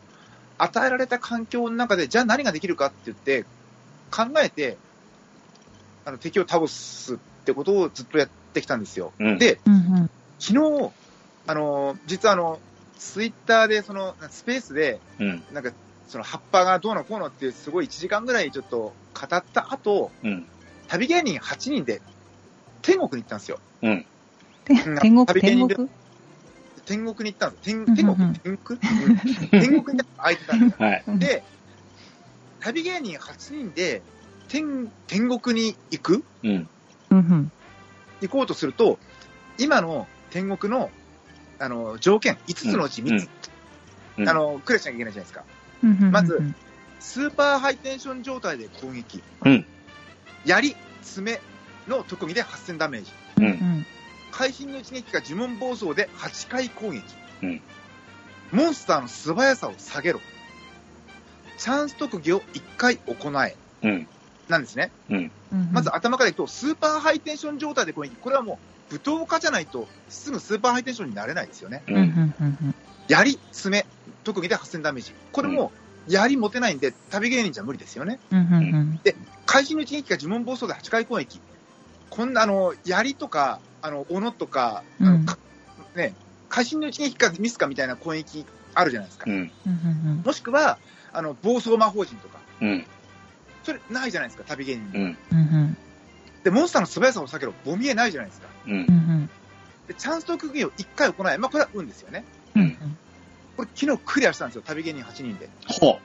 Speaker 3: 与えられた環境の中でじゃあ何ができるかって言って考えてあの敵を倒すってことをずっとやってきたんですよ。
Speaker 1: うん
Speaker 3: で
Speaker 2: うんうん
Speaker 3: 昨日あの実はあのツイッターでそのスペースで
Speaker 1: うん。
Speaker 3: なんかその葉っぱがどうのこうのってすごい1時間ぐらいちょっと語った後
Speaker 1: うん。
Speaker 3: 旅芸人8人で天国に行ったんですよ。
Speaker 2: て
Speaker 3: うん
Speaker 2: 天国、
Speaker 3: 旅芸
Speaker 2: 天
Speaker 3: 人で
Speaker 2: 国
Speaker 3: 天国に行ったんです天
Speaker 2: うん
Speaker 3: 天国、
Speaker 2: うんうん
Speaker 3: 天国、うん天国に (laughs) 空いてたんです
Speaker 1: はい。
Speaker 2: うん
Speaker 3: で、旅芸人8人で天天国に行く
Speaker 1: うん。
Speaker 2: うんうん
Speaker 3: 行こうとすると、今の天国のあの条件、5つのうち3つ、
Speaker 1: うんうん
Speaker 3: あのクリアしなきゃいけないじゃないですか。
Speaker 2: うんうんうん
Speaker 3: まずスーパーハイテンション状態で攻撃、
Speaker 1: うん
Speaker 3: 槍、爪の特技で8000ダメージ、
Speaker 2: うんう
Speaker 1: うん
Speaker 3: 海浜の一撃か呪文暴走で8回攻撃、
Speaker 1: うん
Speaker 3: モンスターの素早さを下げろチャンス特技を1回行え
Speaker 1: うん。
Speaker 3: なんですね、
Speaker 2: うんうん
Speaker 3: まず頭からいくとスーパーハイテンション状態で攻撃これはもう武闘家じゃないとすぐスーパーハイテンションになれないですよね
Speaker 1: う
Speaker 2: うんうん
Speaker 1: ん。
Speaker 2: うんうん
Speaker 3: 槍爪特技で8000ダメージこれも槍持てないんで旅芸人じゃ無理ですよね
Speaker 2: うんうんうん
Speaker 3: 会心の一撃か呪文暴走で8回攻撃こんなあの槍とかあの斧とかあの
Speaker 2: うん
Speaker 3: かね会心の一撃かミスかみたいな攻撃あるじゃないですか、
Speaker 1: うん。
Speaker 2: うんうん
Speaker 3: もしくはあの暴走魔法陣とか
Speaker 1: うん。
Speaker 3: それないじゃないですか旅芸人、
Speaker 1: うん。
Speaker 2: うんうん
Speaker 3: でモンスターの素早さを避けろボミエないじゃないですか
Speaker 1: うん
Speaker 2: う。ん
Speaker 3: でチャンス特技を1回行えまあこれは運ですよね
Speaker 2: う
Speaker 1: うんん
Speaker 3: これ昨日クリアしたんですよ旅芸人8人で
Speaker 1: ほ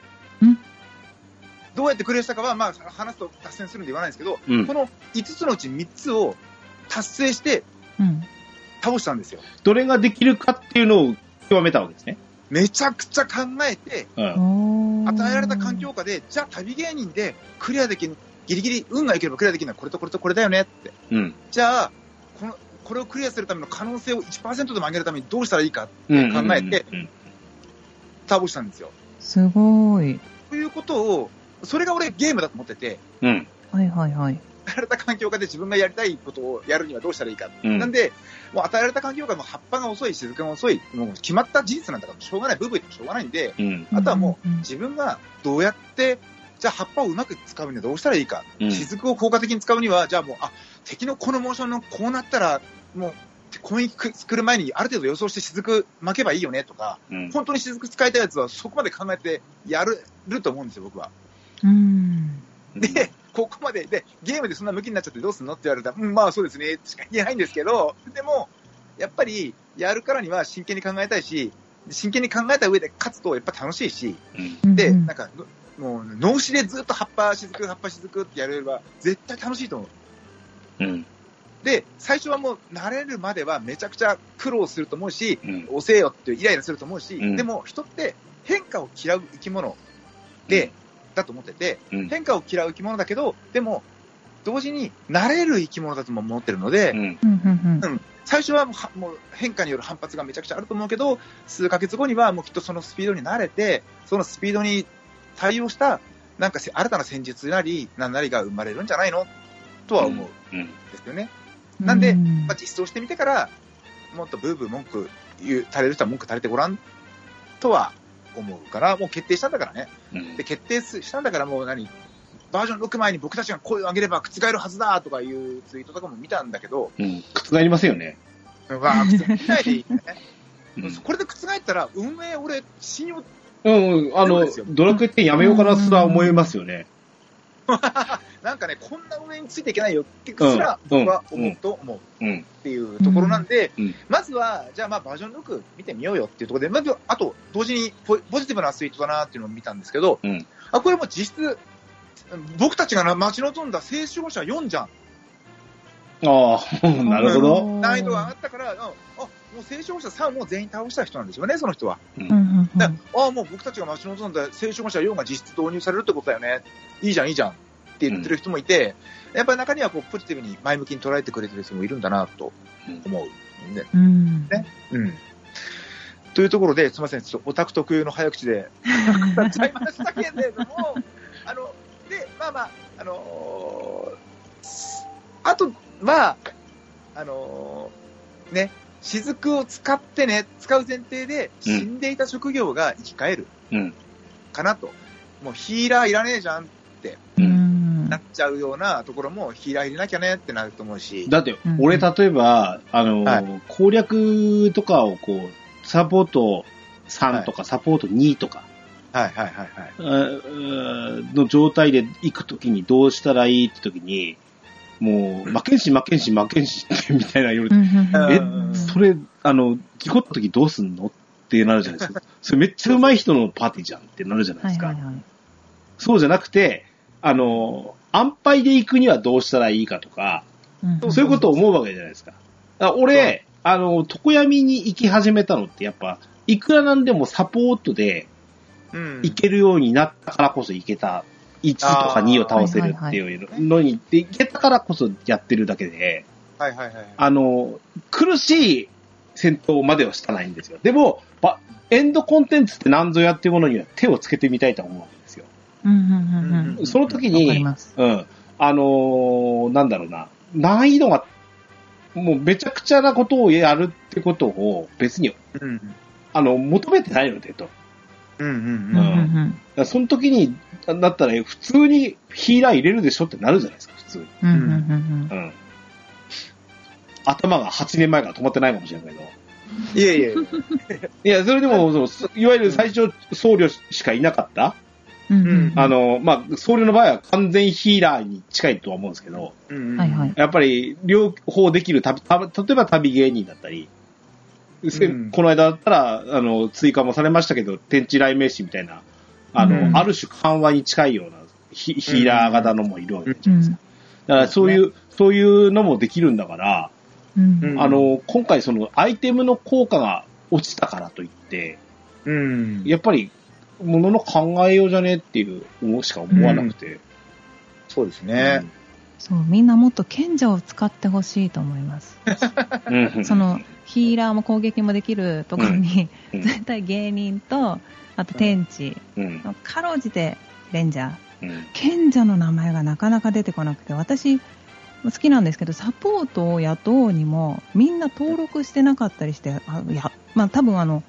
Speaker 3: どうやってクリアしたかは、まあ、話すと達成するんで言わないんですけど、
Speaker 1: う。うん
Speaker 3: こ。の5つのうち3つを達成して
Speaker 2: うん
Speaker 3: 倒したんですよ
Speaker 1: どれができるかっていうのを極めたわけですね。
Speaker 3: めちゃくちゃ考えて
Speaker 1: うん。
Speaker 2: おー
Speaker 3: 与えられた環境下で、じゃあ旅芸人でクリアできる、ギリギリ運が良ければクリアできるのはこれとこれとこれだよねって。
Speaker 1: うん。
Speaker 3: じゃあ、この、これをクリアするための可能性を1%でも上げるためにどうしたらいいか
Speaker 1: うん。
Speaker 3: 考えて
Speaker 1: うん。
Speaker 3: 倒したんですよ。
Speaker 2: すごい
Speaker 3: ということを、それが俺ゲームだと思ってて、
Speaker 1: うん。
Speaker 2: はいはいはい
Speaker 3: 与えられた環境下で自分がやりたいことをやるにはどうしたらいいか。
Speaker 1: うん
Speaker 3: なんで、もう与えられた環境下も葉っぱが遅い、静かが遅い、もう決まった事実なんだからしょうがない、ブーブー言ってもしょうがないんで、
Speaker 1: うん。
Speaker 3: あとはも
Speaker 2: うんうん
Speaker 3: う自分がどうやって、じゃあ葉っぱをうまく使うにはどうしたらいいか。
Speaker 1: うん。
Speaker 3: 雫を効果的に使うには、じゃあもう、あ、敵のこのモーションのこうなったら、もう、攻撃く作る前にある程度予想して雫負けばいいよねとか、
Speaker 1: うん。
Speaker 3: 本当に雫使いたいやつはそこまで考えてやるると思うんですよ、僕は。
Speaker 2: うん
Speaker 3: で、ここまで、で、ゲームでそんな向きになっちゃってどうすんのって言われたら、うん、まあそうですね、しか言えないんですけど、でも、やっぱり、やるからには真剣に考えたいし、真剣に考えた上で勝つとやっぱ楽しいし、
Speaker 1: うん。
Speaker 3: で、
Speaker 2: うんうん
Speaker 3: なんか、のもう、脳死でずっと葉っぱ雫、葉っぱ雫ってやれれば、絶対楽しいと思う。
Speaker 1: うん。
Speaker 3: で、最初はもう慣れるまではめちゃくちゃ苦労すると思うし、
Speaker 1: うん。
Speaker 3: 遅えよってイライラすると思うし、
Speaker 1: うん
Speaker 3: でも人って変化を嫌う生き物で、だと思ってて、
Speaker 1: うん
Speaker 3: 変化を嫌う生き物だけど、でも同時に慣れる生き物だとも思ってるので、
Speaker 1: うん。
Speaker 2: うんうんうん
Speaker 3: 最初はもうはもう変化による反発がめちゃくちゃあると思うけど、数ヶ月後にはもうきっとそのスピードに慣れて、そのスピードに対応した、なんかせ新たな戦術なり、なんなりが生まれるんじゃないのとは思うん
Speaker 1: うん。
Speaker 3: ですよね。なんで
Speaker 2: う
Speaker 3: まあ、実装してみてから、もっとブーブー文句言う、垂れる人は文句垂れてごらんとは思うから、もう決定したんだからね。
Speaker 1: うん
Speaker 3: で、決定すしたんだからもう何、バージョン6前に僕たちが声を上げれば覆るはずだとかいうツイートとかも見たんだけど、
Speaker 1: うん。覆りますよね。
Speaker 3: うわあ、覆らないでいいね。
Speaker 1: うん。
Speaker 3: これで覆ったら、運営俺、信用、
Speaker 1: うんうん、あ
Speaker 3: そう
Speaker 1: の
Speaker 3: ですよ、
Speaker 1: ドラクエってやめようかなすら思いますよね。
Speaker 3: (laughs) なんかね、こんな運営についていけないよってすら
Speaker 1: うん
Speaker 3: 僕は思うと思う。
Speaker 1: うん。
Speaker 3: っていうところなんで、
Speaker 1: うんうん
Speaker 3: まずは、じゃあまあバージョン6見てみようよっていうところで、まず、あと、同時にポポジティブなツイートだなっていうのを見たんですけど、
Speaker 1: うん
Speaker 3: あ、これもう実質、僕たちがな待ち望んだ青少者4じゃん。
Speaker 1: ああ、なるほど。
Speaker 3: 難易度が上がったから、うんあ、もう青少者3も全員倒した人なんですよね、その人は。
Speaker 2: うんうんうん
Speaker 3: だからああ、もう僕たちが待ち望んだ青少者4が実質導入されるってことだよね。いいじゃん、いいじゃん。って言ってる人もいて、やっぱり中にはこうポジティブに前向きに捉えてくれてる人もいるんだなと思う、ね
Speaker 2: うん
Speaker 3: ねうん。というところで、すみません、ちょっとオタク特有の早口で、なっちゃいましたけれども、あの、で、まあまあ、あのーあとは、あのーね、雫を使ってね、使う前提で、死んでいた職業が生き返る
Speaker 1: うん。
Speaker 3: かなと。もうヒーラーいらねえじゃんって
Speaker 1: うん。
Speaker 3: なっちゃうようなところも、ヒーラー入れなきゃねってなると思うし、
Speaker 1: だって、俺、例えば、あの、
Speaker 3: は
Speaker 1: 攻略とかをこう、サポート3とか、サポート2とか、
Speaker 3: はいはいはいはい。
Speaker 1: あーの状態で行くときにどうしたらいいってときに、もう、負けんし負けんし負けんしってみたいな夜
Speaker 2: うんうんうん
Speaker 1: え
Speaker 3: うん
Speaker 1: それ、あの、事故った時どうすんのってなるじゃないですか。それめっちゃ上手い人のパーティーじゃんってなるじゃないで
Speaker 2: はい
Speaker 1: すか。
Speaker 2: はいはい。
Speaker 1: そうじゃなくて、あの、安牌で行くにはどうしたらいいかとか、
Speaker 2: うん
Speaker 3: そう
Speaker 1: そういうことを思うわけじゃないですか。あ俺、あの、床闇に行き始めたのってやっぱ、いくらなんでもサポートで
Speaker 3: うん
Speaker 1: 行けるようになったからこそ行けた。1とか2を倒せるっていうのに、で行けたからこそやってるだけで、
Speaker 3: はいはいはいはい。
Speaker 1: あの、苦しい戦闘まではしたないんですよ。でも、ばエンドコンテンツって何ぞやっていうものには手をつけてみたいと思うわけですよ。
Speaker 2: うんうんうんうん。
Speaker 3: うん
Speaker 1: その時
Speaker 2: わかり
Speaker 1: に、
Speaker 2: ます。
Speaker 1: うん、あのーなんだろうな、難易度が、もうめちゃくちゃなことをやるってことを別に、
Speaker 3: うん
Speaker 1: あの、求めてないのでと。だか
Speaker 3: うんうん
Speaker 2: うん
Speaker 3: う
Speaker 2: うんんうん
Speaker 1: らその時に、だったら普通にヒーラー入れるでしょってなるじゃないですか、普通に。
Speaker 2: うんうんうん
Speaker 1: うん。頭が8年前から止まってないかもしれないけど。
Speaker 3: いやいやいや
Speaker 1: いや、それでも、そのすいわゆる最初、僧侶しかいなかった、
Speaker 2: うん
Speaker 3: うん
Speaker 1: あの、まあ、僧侶の場合は完全ヒーラーに近いとは思うんですけど、
Speaker 3: うんうん
Speaker 2: はいはい。
Speaker 1: やっぱり、両方できる旅、た例えば旅芸人だったり、せ
Speaker 3: うん
Speaker 1: この間だったら、あの、追加もされましたけど、天地雷鳴師みたいな、あの、
Speaker 2: うん
Speaker 1: ある種緩和に近いようなヒヒーラー型のもいるわけじゃないですか。だから、そういう、そういうのもできるんだから、
Speaker 2: うん
Speaker 3: うん
Speaker 1: あの、今回その、アイテムの効果が落ちたからといって、
Speaker 3: うんいや
Speaker 1: やっぱり、ものの考えようじゃねえっていう、思うしか思わなくて。
Speaker 3: そうですね。
Speaker 2: そう、みんなもっと賢者を使ってほしいと思います。
Speaker 1: うん。うん
Speaker 2: その、ヒーラーも攻撃もできるところに、
Speaker 1: うん
Speaker 2: (laughs) 絶対芸人と、あと天地、
Speaker 1: うん。
Speaker 2: かろうじてレンジャー。
Speaker 1: うん。
Speaker 2: 賢者の名前がなかなか出てこなくて、私、好きなんですけど、サポートを雇うにも、みんな登録してなかったりして、あいや、まあ多分あの、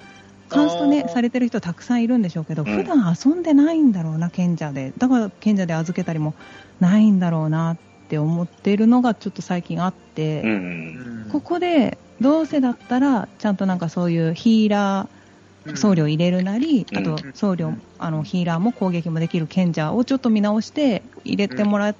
Speaker 2: カンストね
Speaker 3: あ、ー
Speaker 2: されてる人たくさんいるんでしょうけど、
Speaker 1: ん
Speaker 2: 普段遊んでないんだろうな、賢者で。だから賢者で預けたりもないんだろうなって思ってるのがちょっと最近あって、
Speaker 1: う。
Speaker 3: うんん
Speaker 2: ここで、どうせだったら、ちゃんとなんかそういうヒーラー、僧侶を入れるなり、
Speaker 1: うん
Speaker 2: あと
Speaker 3: うん
Speaker 2: 僧侶、あのヒーラーも攻撃もできる賢者をちょっと見直して入れてもらっ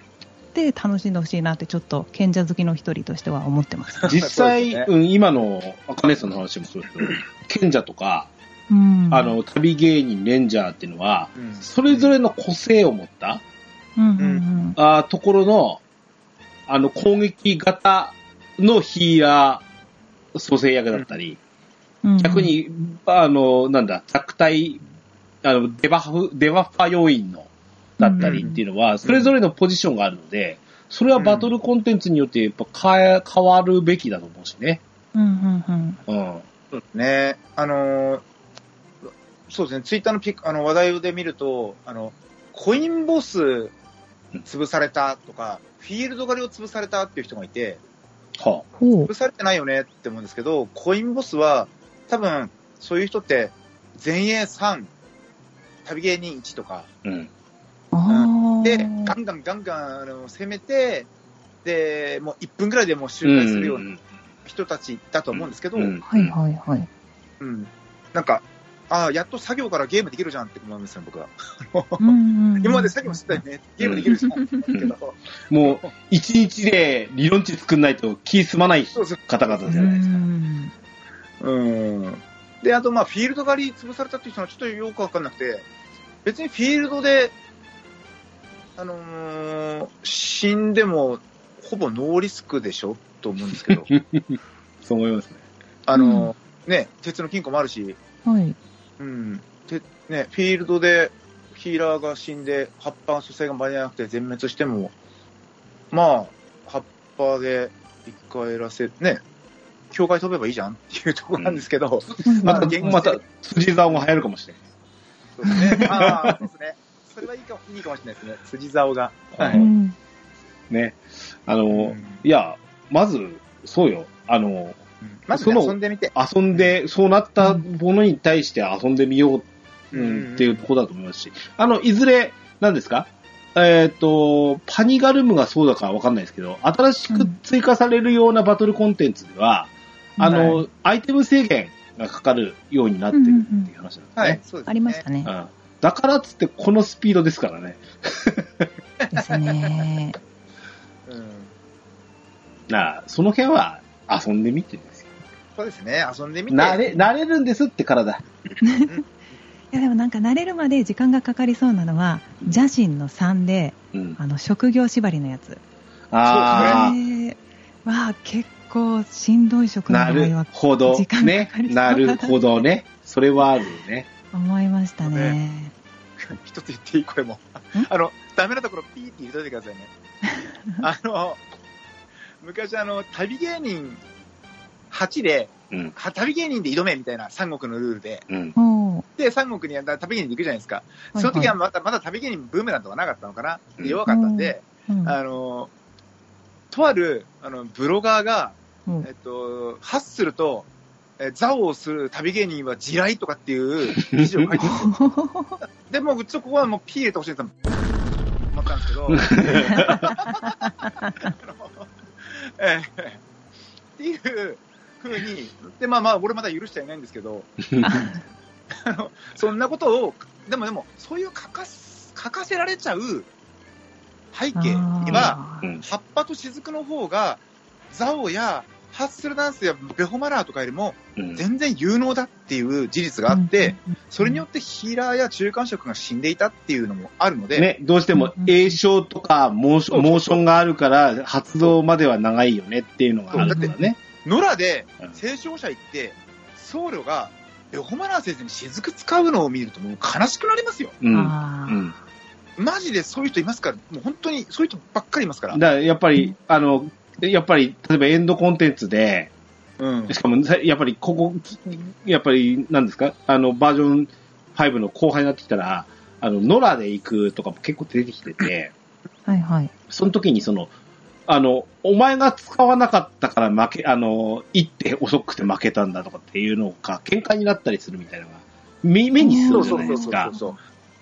Speaker 2: て楽しんでほしいなってちょっと賢者好きの一人としては思って (laughs) ます。
Speaker 1: 実際、
Speaker 3: そうです
Speaker 1: うん、今の、あかねさんの話もそうですけど、賢者とか、
Speaker 2: うん、
Speaker 1: あの、旅芸人、レンジャーっていうのは、
Speaker 3: うん
Speaker 1: それぞれの個性を持った、
Speaker 2: うんうん
Speaker 1: あーところの、あの、攻撃型のヒーラー、蘇生役だったり、
Speaker 2: うんうん、
Speaker 1: 逆に、あの、なんだ、弱体、あの、デバフ、デバッファ要員の、だったりっていうのは、それぞれのポジションがあるので、それはバトルコンテンツによってやっぱ変え、変わるべきだと思うしね。
Speaker 2: うんうんうん、
Speaker 1: うん。
Speaker 3: そうですね。あのー、そうですね。ツイッターのピックあの話題で見ると、あの、コインボス潰されたとか、フィールド狩りを潰されたっていう人がいて、
Speaker 1: は
Speaker 2: ほう
Speaker 3: 潰されてないよねって思うんですけど、コインボスは、多分、そういう人って、前衛3、旅芸人1とか、
Speaker 1: あ、うん。
Speaker 2: あー
Speaker 3: で、ガンガンガンガンあの攻めて、で、もう1分ぐらいでもう周回するような人たちだと思うんですけど、
Speaker 1: うん
Speaker 2: はいはいはい。
Speaker 3: うんなんか、ああ、やっと作業からゲームできるじゃんって思いますね、 (laughs) 僕は。
Speaker 2: うんうんうん
Speaker 3: 今まで作業してたよね、ゲームできるじゃんって思うけど、
Speaker 1: もう、一日で理論値作んないと気済まない
Speaker 3: そうそう。
Speaker 1: 方々じゃないですか。
Speaker 2: うん
Speaker 3: うん。で、あと、まあ、フィールド狩り潰されたっていう人はちょっとよくわかんなくて、別にフィールドで、あのー死んでも、ほぼノーリスクでしょと思うんですけ (laughs) ど、
Speaker 1: そう思いますね。
Speaker 3: あのーね、鉄の金庫もあるし、
Speaker 2: はい。
Speaker 3: うん。て、ね、フィールドで、ヒーラーが死んで、葉っぱの蘇生が間に合わなくて全滅しても、まあ、葉っぱで生き返らせ、ね、境界飛べばいいじゃんっていうところなんですけど、
Speaker 1: また
Speaker 3: 元気、
Speaker 1: また、辻沢も流行るかもしれない。
Speaker 3: そうです (laughs) ね。ああ、そうですね。それはいいかも、いいかもしれないですね。辻竿が。は
Speaker 1: う
Speaker 2: う
Speaker 3: い。
Speaker 2: ん
Speaker 1: ね。あの、
Speaker 3: うん
Speaker 1: いや、まず、そうよ。あの、
Speaker 3: まずね、
Speaker 1: その
Speaker 3: 遊んでみて。
Speaker 1: 遊んで、そうなったものに対して遊んでみよう、う
Speaker 3: うん
Speaker 1: ん、っていうところだと思いますし、あの、いずれ、何ですかえっ、と、パニガルムがそうだかわかんないですけど、新しく追加されるようなバトルコンテンツでは、あの、アイテム制限がかかるようになってるっていう話なんですね。
Speaker 3: はい、そうですね。
Speaker 2: ありましたね。
Speaker 1: うんだからっつって、このスピードですからね。
Speaker 2: ですね。
Speaker 3: うん。
Speaker 1: なあ、その辺は遊んでみてですよ。
Speaker 3: そうですね、遊んでみて。
Speaker 1: 慣れ、慣れるんですって体。
Speaker 2: いやでもなんか慣れるまで時間がかかりそうなのは邪神の3で
Speaker 1: うん。
Speaker 2: あの職業縛りのやつあ
Speaker 1: ああ、
Speaker 2: れは結構しんどい職の場
Speaker 1: な
Speaker 2: 合
Speaker 1: る
Speaker 2: は
Speaker 1: ほど
Speaker 2: 時。間
Speaker 1: ね
Speaker 2: かかり。そうだ
Speaker 1: なるほどね。それはあるよね。
Speaker 2: 思いましたね。
Speaker 3: (laughs) 一つ言っていいこれも。あの、ダメなところピーって入れといてくださ
Speaker 2: (laughs)
Speaker 3: いね。あの、昔あの、旅芸人8で、
Speaker 1: うん。
Speaker 3: は旅芸人で挑めみたいな三国のルールで、
Speaker 1: うん。
Speaker 2: おー
Speaker 3: で、三国に旅芸人で行くじゃないですか。
Speaker 2: いはい
Speaker 3: その時はまだ、まだ旅芸人ブーメランとかなかったのかな。で弱かったんで、
Speaker 2: うん
Speaker 3: あの、とある、あの、ブロガーが、
Speaker 2: うん
Speaker 3: えっと、ハッスルと、え、ザオをする旅芸人は地雷とかっていう記事を書いてて、で、もう、ちょ、ここはもうピー入れてほしいんですよ。思ったんですけど。ええっていう風に、で、まあまあ、俺まだ許しちゃいないんですけど、あの、そんなことを、でもでも、そういう書かす、書かせられちゃう背景には、
Speaker 2: あ
Speaker 1: う
Speaker 2: ー
Speaker 1: ん
Speaker 3: 葉っぱと雫の方が、ザオや、ハッスルダンスやベホマラーとかよりも
Speaker 1: うん
Speaker 3: 全然有能だっていう事実があって、、それによってヒーラーや中間職が死んでいたっていうのもあるので、
Speaker 1: ね、どうしても
Speaker 2: うん
Speaker 1: 栄唱とかモーション、モーションがあるから発動までは長いよねっていうのがあるからね。
Speaker 3: 野良で
Speaker 1: うん
Speaker 3: 聖唱者行って、僧侶がベホマラー先生に雫使うのを見るともう悲しくなりますよ。
Speaker 1: う。
Speaker 2: うんん
Speaker 1: うん
Speaker 2: あー
Speaker 3: マジでそういう人いますから、もう本当にそういう人ばっかりいますか
Speaker 1: だ
Speaker 3: ら。
Speaker 1: からやっぱり、あの、やっぱり、例えばエンドコンテンツで、
Speaker 3: うん
Speaker 1: しかも、さやっぱり、ここ、やっぱり、なんですか、あの、バージョン5の後半になってきたら、あの、ノラで行くとかも結構出てきてて、
Speaker 2: はいはい。
Speaker 1: その時にその、あの、お前が使わなかったから負け、あの、行って遅くて負けたんだとかっていうのが、喧嘩になったりするみたいなのが、目目にす
Speaker 3: そ
Speaker 1: る
Speaker 3: う
Speaker 1: じゃ
Speaker 3: そう
Speaker 1: ない
Speaker 3: そ
Speaker 1: で
Speaker 3: う
Speaker 1: す
Speaker 3: そう
Speaker 1: か。
Speaker 3: そ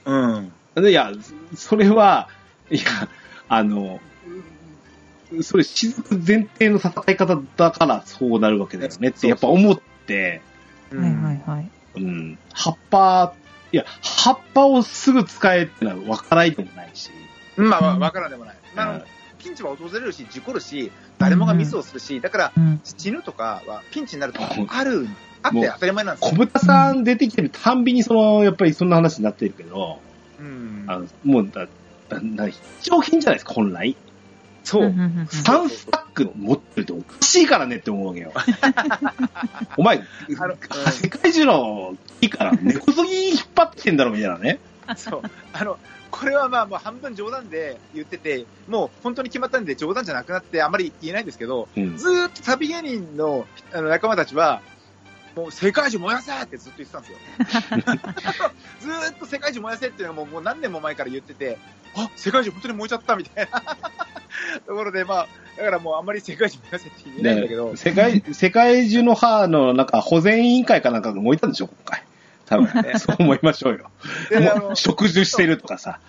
Speaker 3: う。うん。
Speaker 1: でいや、それは、いや、あの、それ、雫前提の戦い方だからそうなるわけだよねって、やっぱ思って、
Speaker 3: う
Speaker 2: はいはい
Speaker 3: ん
Speaker 2: はい。
Speaker 1: うん、葉っぱ、いや、葉っぱをすぐ使えってのは分からないでもないし、
Speaker 3: まあまあ、わからんでもない。あ
Speaker 1: う
Speaker 3: の
Speaker 1: ん、
Speaker 3: ピンチは訪れるし、事故るし、誰もがミスをするし、だから、
Speaker 2: うん
Speaker 3: 死ぬとかはピンチになるとかもある、あって当たり前なんです
Speaker 1: 小
Speaker 3: よ。
Speaker 1: 豚さん出てきてるたんびに、その、やっぱりそんな話になってるけど、
Speaker 3: うん
Speaker 1: あの、もうだ、だな、必要品じゃないですか、本来。
Speaker 3: そ
Speaker 2: うん
Speaker 3: う
Speaker 2: う。んうん
Speaker 1: 3スタック持ってるっておかしいからねって思うわけ
Speaker 3: (laughs)
Speaker 1: よ。お前、
Speaker 3: あの、
Speaker 1: 世界中の木から根こそぎ引っ張ってきてんだろみたいなね。
Speaker 3: うんそう。あの、これはまあもう半分冗談で言ってて、もう本当に決まったんで冗談じゃなくなってあまり言えないんですけど、
Speaker 1: うん
Speaker 3: ずーっと旅芸人のあの仲間たちは、もう世界中燃やせってずっと言ってたんですよ。ずーっと世界中燃やせっていうのはもうもう何年も前から言ってて、あ、世界中本当に燃えちゃったみたいなところで、まあ、だからもうあんまり世界中燃やせって言えないんだけど、
Speaker 1: 世界、世界中の歯のなんか保全委員会かなんかが燃えたんでしょ、今回。多分、そう思いましょうよ。
Speaker 3: であ
Speaker 1: も
Speaker 3: の
Speaker 1: う、植樹してるとかさ。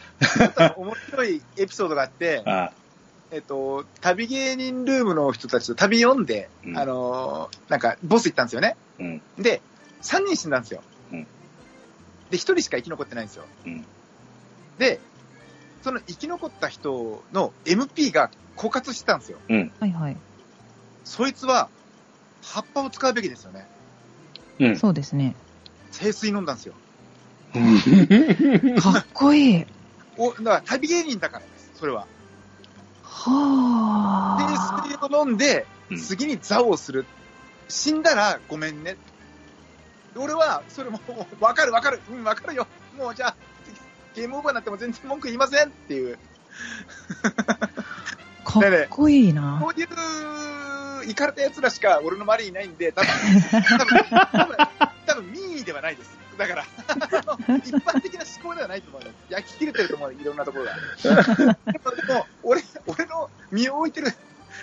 Speaker 3: 面白いエピソードがあって、
Speaker 1: あ
Speaker 3: えっと、旅芸人ルームの人たちと旅読んで、
Speaker 1: うん
Speaker 3: あのーなんか、ボス行ったんですよね。
Speaker 1: うん
Speaker 3: で、3人死んだんですよ。
Speaker 1: うん
Speaker 3: で、1人しか生き残ってないんですよ。
Speaker 1: うん
Speaker 3: で、その生き残った人の MP が枯渇してたんですよ。
Speaker 2: はいはい。
Speaker 3: そいつは、葉っぱを使うべきですよね。
Speaker 1: うん。
Speaker 2: そうですね。
Speaker 3: 清水飲んだんですよ。
Speaker 2: かっこいい。
Speaker 3: お、だから旅芸人だからです、それは。で、
Speaker 2: は
Speaker 3: 水を飲んで、
Speaker 1: うん
Speaker 3: 次に座をする。死んだらごめんね。俺は、それも、わかるわかる。うん、わかるよ。もうじゃあ、ゲームオーバーになっても全然文句言いませんっていう、
Speaker 2: かっこいいな
Speaker 3: こ。ういう、いかれたやつらしか俺の周りにいないんで、多分、多分、多分、多分民意ではないです。だから、 (laughs) あの一般的な思考ではないと思うよ。焼き切れてると思うよいろんなところが。でも、でも俺、俺の身を置いてる、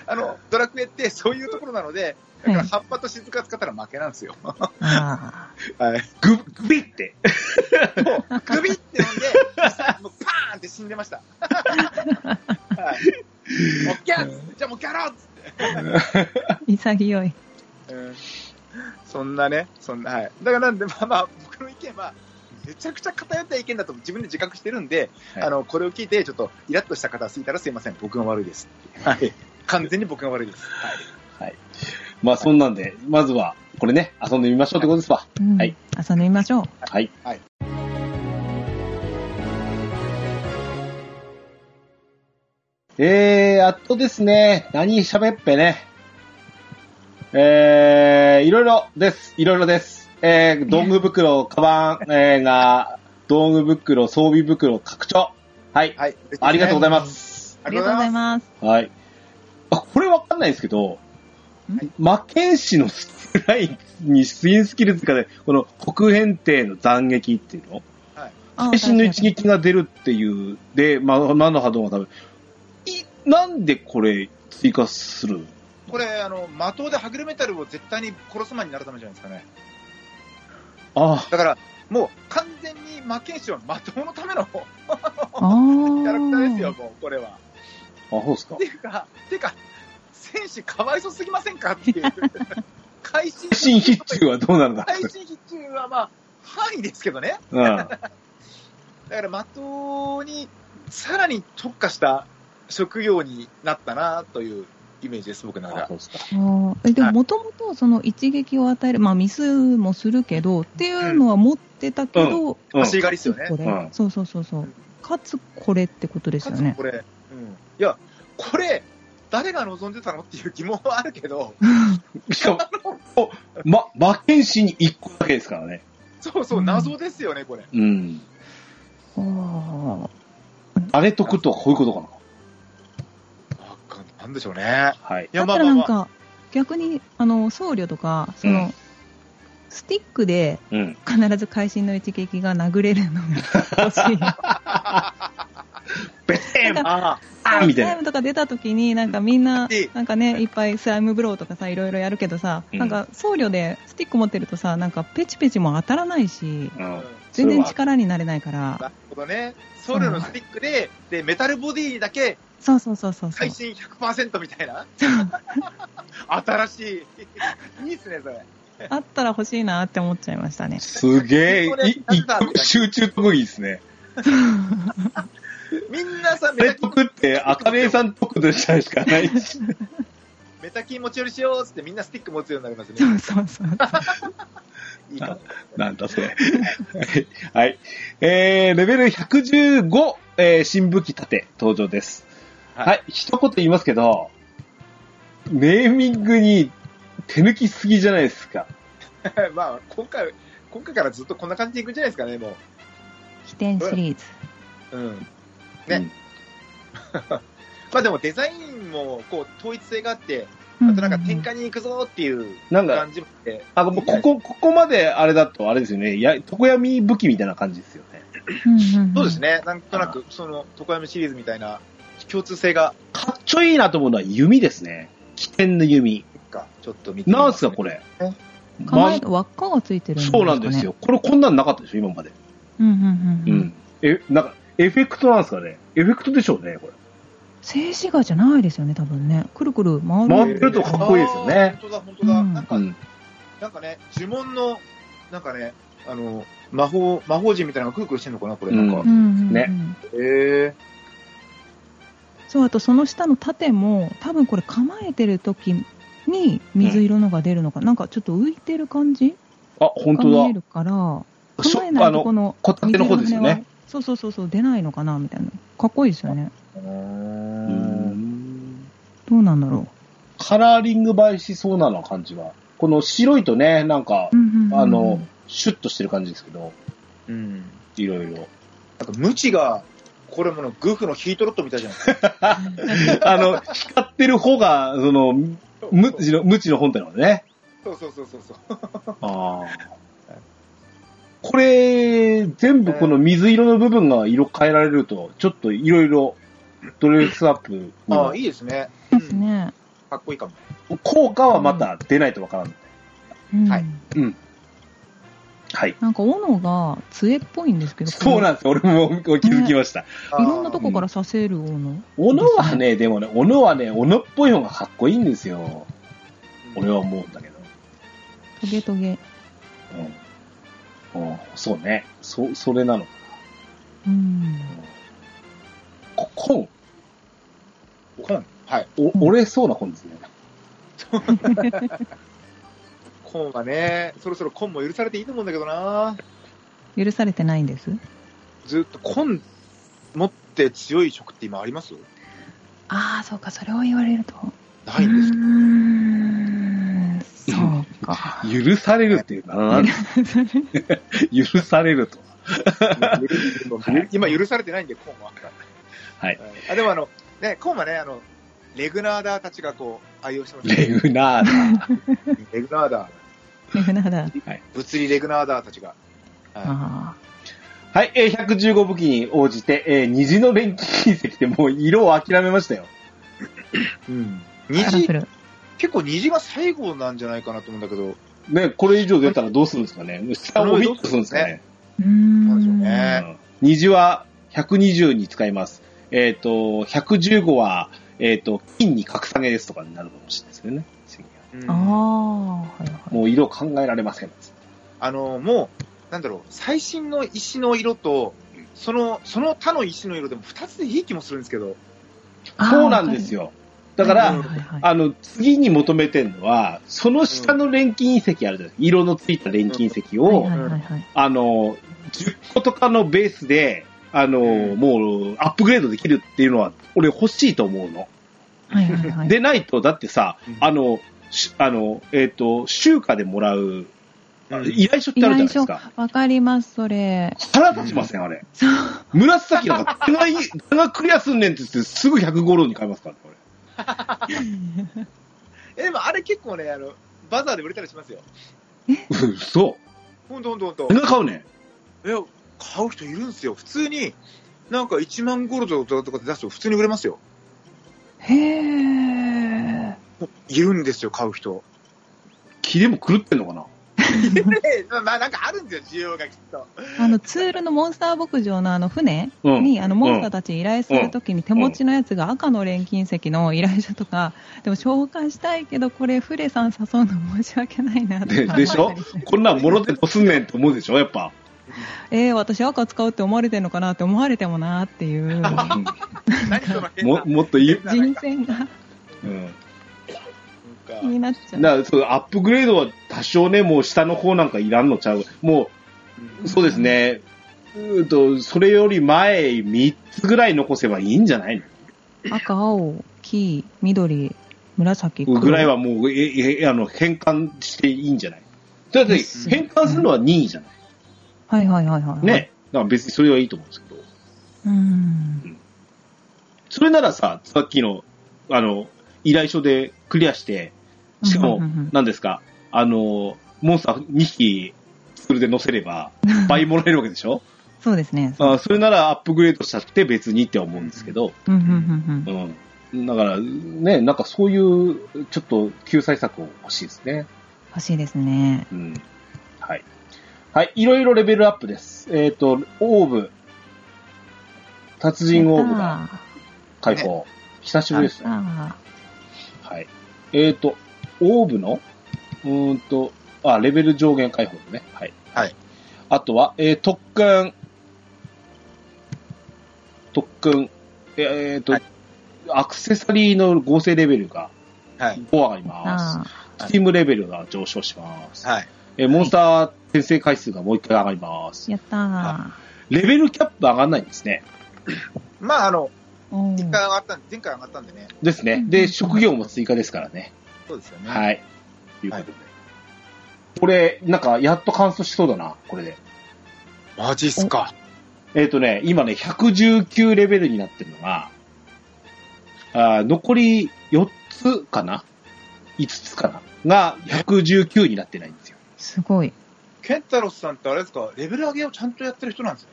Speaker 3: あの、ドラクエってそういうところなので、だから葉っぱと静か使ったら負けなんですよ。
Speaker 2: あ
Speaker 3: はい、ぐ、ぐびって。もう、ぐびって飲んで、もうパーンって死んでました。はい。もうギャッじゃあもうギャラッつっ
Speaker 2: あ潔い。
Speaker 3: て、うんそんなね、そんな、はい。だからなんで、まあまあ、僕の意見は、めちゃくちゃ偏った意見だと自分で自覚してるんで、
Speaker 1: はい
Speaker 3: あの、これを聞いて、ちょっとイラッとした方がいたらすいません。僕が悪い
Speaker 1: (laughs)
Speaker 3: です。はい。完全に僕が悪いです。はい。
Speaker 1: まあそんなんで、まずはこれね、遊んでみましょうってことですわ。
Speaker 2: うん
Speaker 1: はい。
Speaker 2: 遊んでみましょう。
Speaker 1: はい。えー、あとですね、何喋っぺね。えー、いろいろです。いろいろです。えー、道具袋、カバン、えー、が、道具袋、装備袋、拡張。はい。
Speaker 3: はい。
Speaker 1: ありがとうございます。
Speaker 3: あ
Speaker 2: あ
Speaker 3: り
Speaker 2: りが
Speaker 3: がと
Speaker 2: と
Speaker 3: う
Speaker 2: う
Speaker 3: ご
Speaker 2: ござ
Speaker 3: ざ
Speaker 2: い
Speaker 3: いま
Speaker 2: ます。
Speaker 1: はい。あ、これわかんないんですけど、魔剣士のスキルラインにスインスキル塚で、この国変帝の斬撃っていうの
Speaker 2: あ
Speaker 1: 最新の一撃が出るっていう、で、まあ、魔の波動が多分、い、なんでこれ追加する
Speaker 3: これ、あの、的ではぐれメタルを絶対に殺す前になるためじゃないですかね。
Speaker 1: あ
Speaker 3: だから、もう完全に魔剣士はまとものためのキ
Speaker 2: あー
Speaker 3: ャラクターですよ、もう、これは。
Speaker 1: あ、そうですか
Speaker 3: って。いうか、てか、戦士かわいそすぎませんかって
Speaker 1: (laughs)
Speaker 3: いう。会心
Speaker 1: 新必中はどうなるんだ
Speaker 3: 会心必中はまあ、範囲ですけどね。
Speaker 1: うん。
Speaker 3: だから、まとに、さらに特化した職業になったな、というイメージです、僕の中で
Speaker 1: あ
Speaker 3: は
Speaker 1: そうですか。
Speaker 2: あーえでももともとその一撃を与える、まあ、ミスもするけどっていうのは持ってたけど、
Speaker 1: うん
Speaker 3: 足狩りですよね
Speaker 2: こ。れ
Speaker 1: うん
Speaker 2: そうそうそうそう、かつこれってことです
Speaker 3: か
Speaker 2: よ
Speaker 3: つ
Speaker 2: ね。
Speaker 3: これ、うん。いや、これ、誰が望んでたのっていう疑問はあるけど、
Speaker 1: しかも、おま、魔剣士に1個だけですからね。
Speaker 3: そうそう、謎ですよね、これ。
Speaker 1: うん。
Speaker 2: あ
Speaker 1: あれとくとはこういうことかな。
Speaker 3: あかんなんでしょうね。
Speaker 1: はい。
Speaker 3: い
Speaker 2: ーだ
Speaker 3: や、
Speaker 2: っ
Speaker 3: まあ
Speaker 2: たら
Speaker 3: ま
Speaker 2: な
Speaker 3: あ
Speaker 2: ん
Speaker 3: まあ。
Speaker 2: か、逆にあの僧侶とかそうの、
Speaker 1: ん
Speaker 2: スティックで
Speaker 1: うん。
Speaker 2: 必ず会心の一撃が殴れるのが欲しい。
Speaker 1: ベテン
Speaker 2: なんか
Speaker 3: あ
Speaker 1: (laughs) あーみたい
Speaker 2: タイ
Speaker 1: な。
Speaker 2: ムとか出た時になんかみんな
Speaker 3: ええ
Speaker 2: なんかねいっぱいスライムブローとかさいろいろやるけどさ、
Speaker 1: うん
Speaker 2: なんか僧侶でスティック持ってるとさなんかペチペチも当たらないし
Speaker 1: うん。
Speaker 3: あ
Speaker 1: は。
Speaker 2: 全然力になれないから
Speaker 3: なるほどね。ソウルのスティックで、で、メタルボディだけ
Speaker 2: そうそうそうそうそう
Speaker 3: 最新100%みたいな。新しい。 (laughs) いいっすね、それ。
Speaker 2: あったら欲しいなって思っちゃいまし
Speaker 1: (laughs)
Speaker 2: たね
Speaker 1: すげえ、い一個集中特技ですね。
Speaker 3: みんなさ、
Speaker 1: あ
Speaker 3: メ
Speaker 1: れ
Speaker 3: タキ
Speaker 1: と
Speaker 3: ン、
Speaker 1: くって、赤目さんとくでしたしかないし。
Speaker 3: メタキン持ち寄りしようっつってみんなスティック持つようになります
Speaker 2: そ
Speaker 3: ね
Speaker 2: う。そうそう
Speaker 3: いいかも。 (laughs)
Speaker 1: なんだそれ。はい (laughs) はい。えー、レベル115、えー、新武器盾登場です。
Speaker 3: は
Speaker 1: はいい、一言言いますけど、ネーミングに手抜きすぎじゃないですか。
Speaker 3: まあ、今回、今回からずっとこんな感じでいくんじゃないですかね、も
Speaker 2: 飛天シリーズ
Speaker 3: う。うん。ねまあでもデザインも、こう、統一性があって、あとなんか展開に行くぞっていう
Speaker 1: なんか、
Speaker 3: 感じもあって、
Speaker 1: あの、ここ、ここまであれだと、あれですよね。や、常闇武器みたいな感じですよね。
Speaker 3: そうです
Speaker 2: ね
Speaker 3: ね、なんとなく、その、常山シリーズみたいな共通性が、
Speaker 1: かっちょいいなと思うのは弓ですね。起点の弓。
Speaker 3: かちょっと見てみ
Speaker 1: なん
Speaker 3: ます
Speaker 1: かこれ。
Speaker 2: 構え輪っかがついてるんですか、ね、
Speaker 1: そうなんですよ。これこんなんなかったでしょ、今まで。
Speaker 2: うんうん
Speaker 1: う
Speaker 2: うん、うん、
Speaker 1: ん。え、なんか、エフェクトなんですかね。エフェクトでしょうね、これ。
Speaker 2: 静止画じゃないですよね多分ねくるくる回る
Speaker 1: 回ってるとかっこいいですよね
Speaker 3: あー本当だ、本当だ。
Speaker 2: うん
Speaker 3: なんか、なんかね、呪文の、なんかね、あの、魔法、魔法陣みたいなのがくるくるしてんのかな、これ。なんか。
Speaker 1: う
Speaker 2: うんうんうん
Speaker 1: ね
Speaker 3: へえ。
Speaker 2: そうあとその下の盾も多分これ構えてる時に水色のが出るのか、なんかちょっと浮いてる感じ
Speaker 1: あ、本
Speaker 2: が
Speaker 1: 当
Speaker 2: 見え
Speaker 1: だ。
Speaker 2: るから構
Speaker 1: しょ
Speaker 2: えな
Speaker 1: あ
Speaker 2: いとこ
Speaker 1: の、
Speaker 2: の
Speaker 1: こたての方ですよ
Speaker 2: 水色の
Speaker 1: ね
Speaker 2: 羽。はそうそうそうそう出ないのかなみたいなかっこいいですよね
Speaker 3: う
Speaker 1: うー
Speaker 3: ん。
Speaker 1: ん
Speaker 2: どうなんだろ
Speaker 1: カラーリング映えしそうなの感じは。この白いとね、なんか
Speaker 2: う,、う、んうんうん
Speaker 1: あの、シュッとしてる感じですけど、
Speaker 3: うん。
Speaker 1: いろいろ。 (laughs)
Speaker 3: なんか、無知が、これもの、グーフのヒートロットみた
Speaker 2: (laughs)
Speaker 3: いじゃないですか。
Speaker 1: あの、光ってる方が、その、無知の、無知の本体なのね。
Speaker 3: そうそうそうそうそう。
Speaker 1: ああ。これ、全部この水色の部分が色変えられると、ちょっといろいろドレスアップに
Speaker 3: ああ、
Speaker 1: はい
Speaker 3: いですね。
Speaker 2: です
Speaker 1: (laughs)
Speaker 2: ね。
Speaker 3: かっこいいかも。
Speaker 1: 効果はまた出ないとわからん。
Speaker 2: うん
Speaker 3: はい
Speaker 1: はい。
Speaker 2: なんか斧が杖っぽいんですけど、
Speaker 1: そうなんですよ。俺も気づきました。
Speaker 2: このいろんなとこから刺せる斧。
Speaker 1: 斧はね、でもね、斧はね、斧っぽい方がかっこいいんですよ。俺は思うんだけど。
Speaker 2: トゲトゲ。
Speaker 1: うん。うん、そうね。そ、それなの。
Speaker 2: うん。
Speaker 1: こ本
Speaker 3: コン。はい。
Speaker 1: お折れそうな本ですね。
Speaker 3: コンはね、そろそろコンも許されていいと思うんだけどな。
Speaker 2: 許されてないんです。
Speaker 3: ずっとコン持って強い職って今あります
Speaker 2: ああ、そうか、それを言われると。
Speaker 3: ないんです
Speaker 2: うー
Speaker 3: よ。
Speaker 2: ん、
Speaker 1: (laughs)
Speaker 2: そうか。
Speaker 1: 許されるっていうかな。 (laughs) 許されると。
Speaker 3: 今許されてないんで、コンは。
Speaker 1: はい。
Speaker 3: あでもあの、ね、コンはね、あの、レグナーダーたちがこう、愛用してますね
Speaker 1: レグ (laughs) ナーダ。
Speaker 3: レグナーダー。
Speaker 2: レフナーだ。
Speaker 3: 物理レグナーダーたちが。
Speaker 2: あ
Speaker 3: は
Speaker 1: はい、えー115武器に応じて、えー虹の錬金隕石でもう色を諦めましたよ。
Speaker 3: いうん。
Speaker 2: あ、カラ
Speaker 3: 虹
Speaker 2: フ、ル。
Speaker 3: 結構虹が最後なんじゃないかなと思うんだけど、
Speaker 1: ね、これ以上出たらどうするんですかね。下をミットするんですかね。
Speaker 2: うー。
Speaker 3: なんでしょうん
Speaker 1: う
Speaker 3: ね。
Speaker 1: ん虹は120に使います。えっ、と、115は、えっ、と、金に格下げですとかになるかもしれないですけどね。
Speaker 3: うん
Speaker 2: ああ、はいはい。
Speaker 1: もう色考えられません。
Speaker 3: あの、もう、なんだろう、最新の石の色と、その、その他の石の色でも2つでいい気もするんですけど、
Speaker 1: そうなんですよ。だか
Speaker 2: あー。
Speaker 1: ら、
Speaker 2: わかるはいはいはい
Speaker 1: あの、次に求めてるのは、その下の錬金石あるじゃないですか。色のついた錬金石を、
Speaker 2: はいはいはいはい。
Speaker 1: あの、10個とかのベースで、あの、もう、アップグレードできるっていうのは、俺欲しいと思うの。
Speaker 2: はいはいはい。
Speaker 1: でないと、だってさ
Speaker 3: うん、
Speaker 1: あの、しあの、えっ、と、集荷でもらう、依頼書ってあるじゃないですか。
Speaker 2: わかります、
Speaker 1: (laughs)
Speaker 2: それ。
Speaker 1: 腹立ちません、あれ。
Speaker 2: そう。
Speaker 1: 紫なんか、手がいい、手がクリアすんねんって言って、すぐ105ロに変えますからね、俺。
Speaker 3: えでもあれ結構ね、あの、バザーで売れたりしますよ。
Speaker 1: うそ。
Speaker 3: ほんとほんとほんと
Speaker 1: 手。が買うねん。
Speaker 3: いや、買う人いるんですよ。普通に、なんか1万ゴールドとかで出すと普通に売れますよ。
Speaker 2: へえ。
Speaker 3: いるんですよ、買う人。
Speaker 1: 気でも狂ってんのかな
Speaker 3: で (laughs) まあなんかあるんですよ、需要がきっ (laughs) と。
Speaker 2: (laughs) あの、ツールのモンスター牧場のあの船
Speaker 1: うん。
Speaker 2: に、あの、モンスターたち依頼するときに手持ちのやつが赤の錬金石の依頼者とか、でも紹介したいけど、これフレさん誘うの申し訳ないなとか (laughs)
Speaker 1: ででしょこんなんもろてどうすんねんって思うでしょやっぱ。
Speaker 2: えー、私赤使うって思われてるのかなって思われてもなってい
Speaker 1: (laughs)
Speaker 2: う
Speaker 3: 何その変
Speaker 1: も
Speaker 3: な
Speaker 1: もっといい。
Speaker 2: 人選が
Speaker 1: うん。
Speaker 2: 気になっちゃ
Speaker 1: だ
Speaker 2: う。
Speaker 1: からそうアップグレードは多少ね、もう下の方なんかいらんのちゃう。もう、そうですね。うーんと、それより前3つぐらい残せばいいんじゃない
Speaker 2: 赤、青、黄、緑、紫、
Speaker 1: の
Speaker 2: 黒
Speaker 1: ぐらいはもう、え、え、あの、変換していいんじゃないだって、変換するのは任意じゃない
Speaker 2: はいはいはいはい。。
Speaker 1: ね。だから別にそれはいいと思うんですけど。
Speaker 2: うん。
Speaker 1: それならさ、さっきの、あの、依頼書でクリアして、しかも
Speaker 2: うんうんうん、
Speaker 1: 何ですか、あの、モンスター2匹、ツールで乗せれば、倍もらえるわけでしょ
Speaker 2: そうですね。
Speaker 1: あそれならアップグレードしちゃって別にって思うんですけど、
Speaker 2: うんうんうん
Speaker 1: うん。だから、ね、なんかそういう、ちょっと救済策を欲しいですね。
Speaker 2: うん。欲しいですね。
Speaker 1: うん。はい。はい、いろいろレベルアップです。えっ、と、オーブ、達人オーブが
Speaker 2: あ
Speaker 1: 解放。久しぶりですね。
Speaker 2: あ
Speaker 1: はい。えっ、と、オーブの、うーんと、あ、レベル上限解放のね。はい。
Speaker 3: はい。
Speaker 1: あとは、えー、特訓。特訓。えっ、と、
Speaker 3: はい
Speaker 1: アクセサリーの合成レベルが
Speaker 3: はい。
Speaker 1: 5上がりま
Speaker 2: あ
Speaker 1: す。スティームレベルが上昇します。
Speaker 3: はい。
Speaker 1: えーモンスター転生回数がもう1回上がります。
Speaker 2: やったー。
Speaker 1: レベルキャップ上がらないんですね。
Speaker 3: まあ、あの、
Speaker 2: お
Speaker 3: 一
Speaker 2: ー
Speaker 3: 回上がったんで、前回上がったんでね。
Speaker 1: ですね。
Speaker 2: うんうんう
Speaker 1: で、
Speaker 2: ん
Speaker 1: 職業も追加ですからね。
Speaker 3: そうですよね。い。
Speaker 1: はい。ということで。これ、なんか、やっと完走しそうだな、これで。
Speaker 3: マジっすか。
Speaker 1: えっ、とね、今ね、119レベルになってるのが、あー残り4つかな ?5 つかなが119になってないんですよ。
Speaker 2: すごい。
Speaker 3: ケンタロスさんってあれですか、レベル上げをちゃんとやってる人なんですね。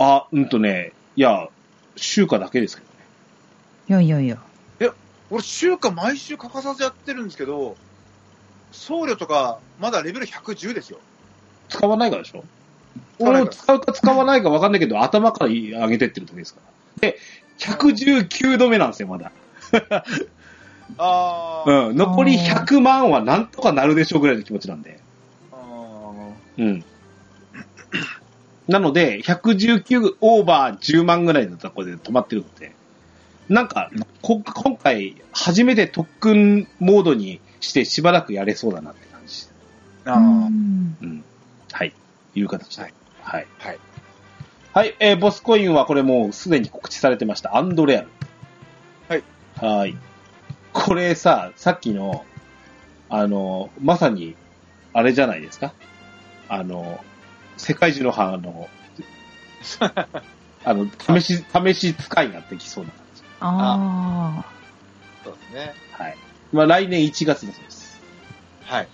Speaker 1: あ、うんとね、いや、週華だけですけどね。
Speaker 2: いやいやいや。
Speaker 3: 俺、週間毎週欠かさずやってるんですけど、僧侶とか、まだレベル110ですよ。
Speaker 1: 使わないからでしょ
Speaker 3: 使わ
Speaker 1: 俺
Speaker 3: ない
Speaker 1: も
Speaker 3: から
Speaker 1: 使うか使わないか分かんないけど、頭から上げてってる時ですから。で、119度目なんですよ、まだ。
Speaker 3: あー。
Speaker 1: うん、残り100万はなんとかなるでしょうぐらいの気持ちなんで。
Speaker 3: あー
Speaker 1: うん。なので、119オーバー10万ぐらいのところで止まってるので、なんか、こ今回、初めて特訓モードにしてしばらくやれそうだなって感じ。
Speaker 3: あ
Speaker 2: う
Speaker 3: ー。
Speaker 2: ん
Speaker 1: うん。はい。いう形で。はい。はい。
Speaker 3: はい。
Speaker 1: はい、えーボスコインはこれもうすでに告知されてました。アンドレアル。
Speaker 3: はい。
Speaker 1: はーい。これさ、さっきの、あの、まさに、あれじゃないですか。あの、世界中の歯あの、あの、試し、試し使いになってきそうな感じ。
Speaker 2: ああ。
Speaker 3: そうですね。
Speaker 1: はい。まあ来年1月だそうです。
Speaker 3: はい。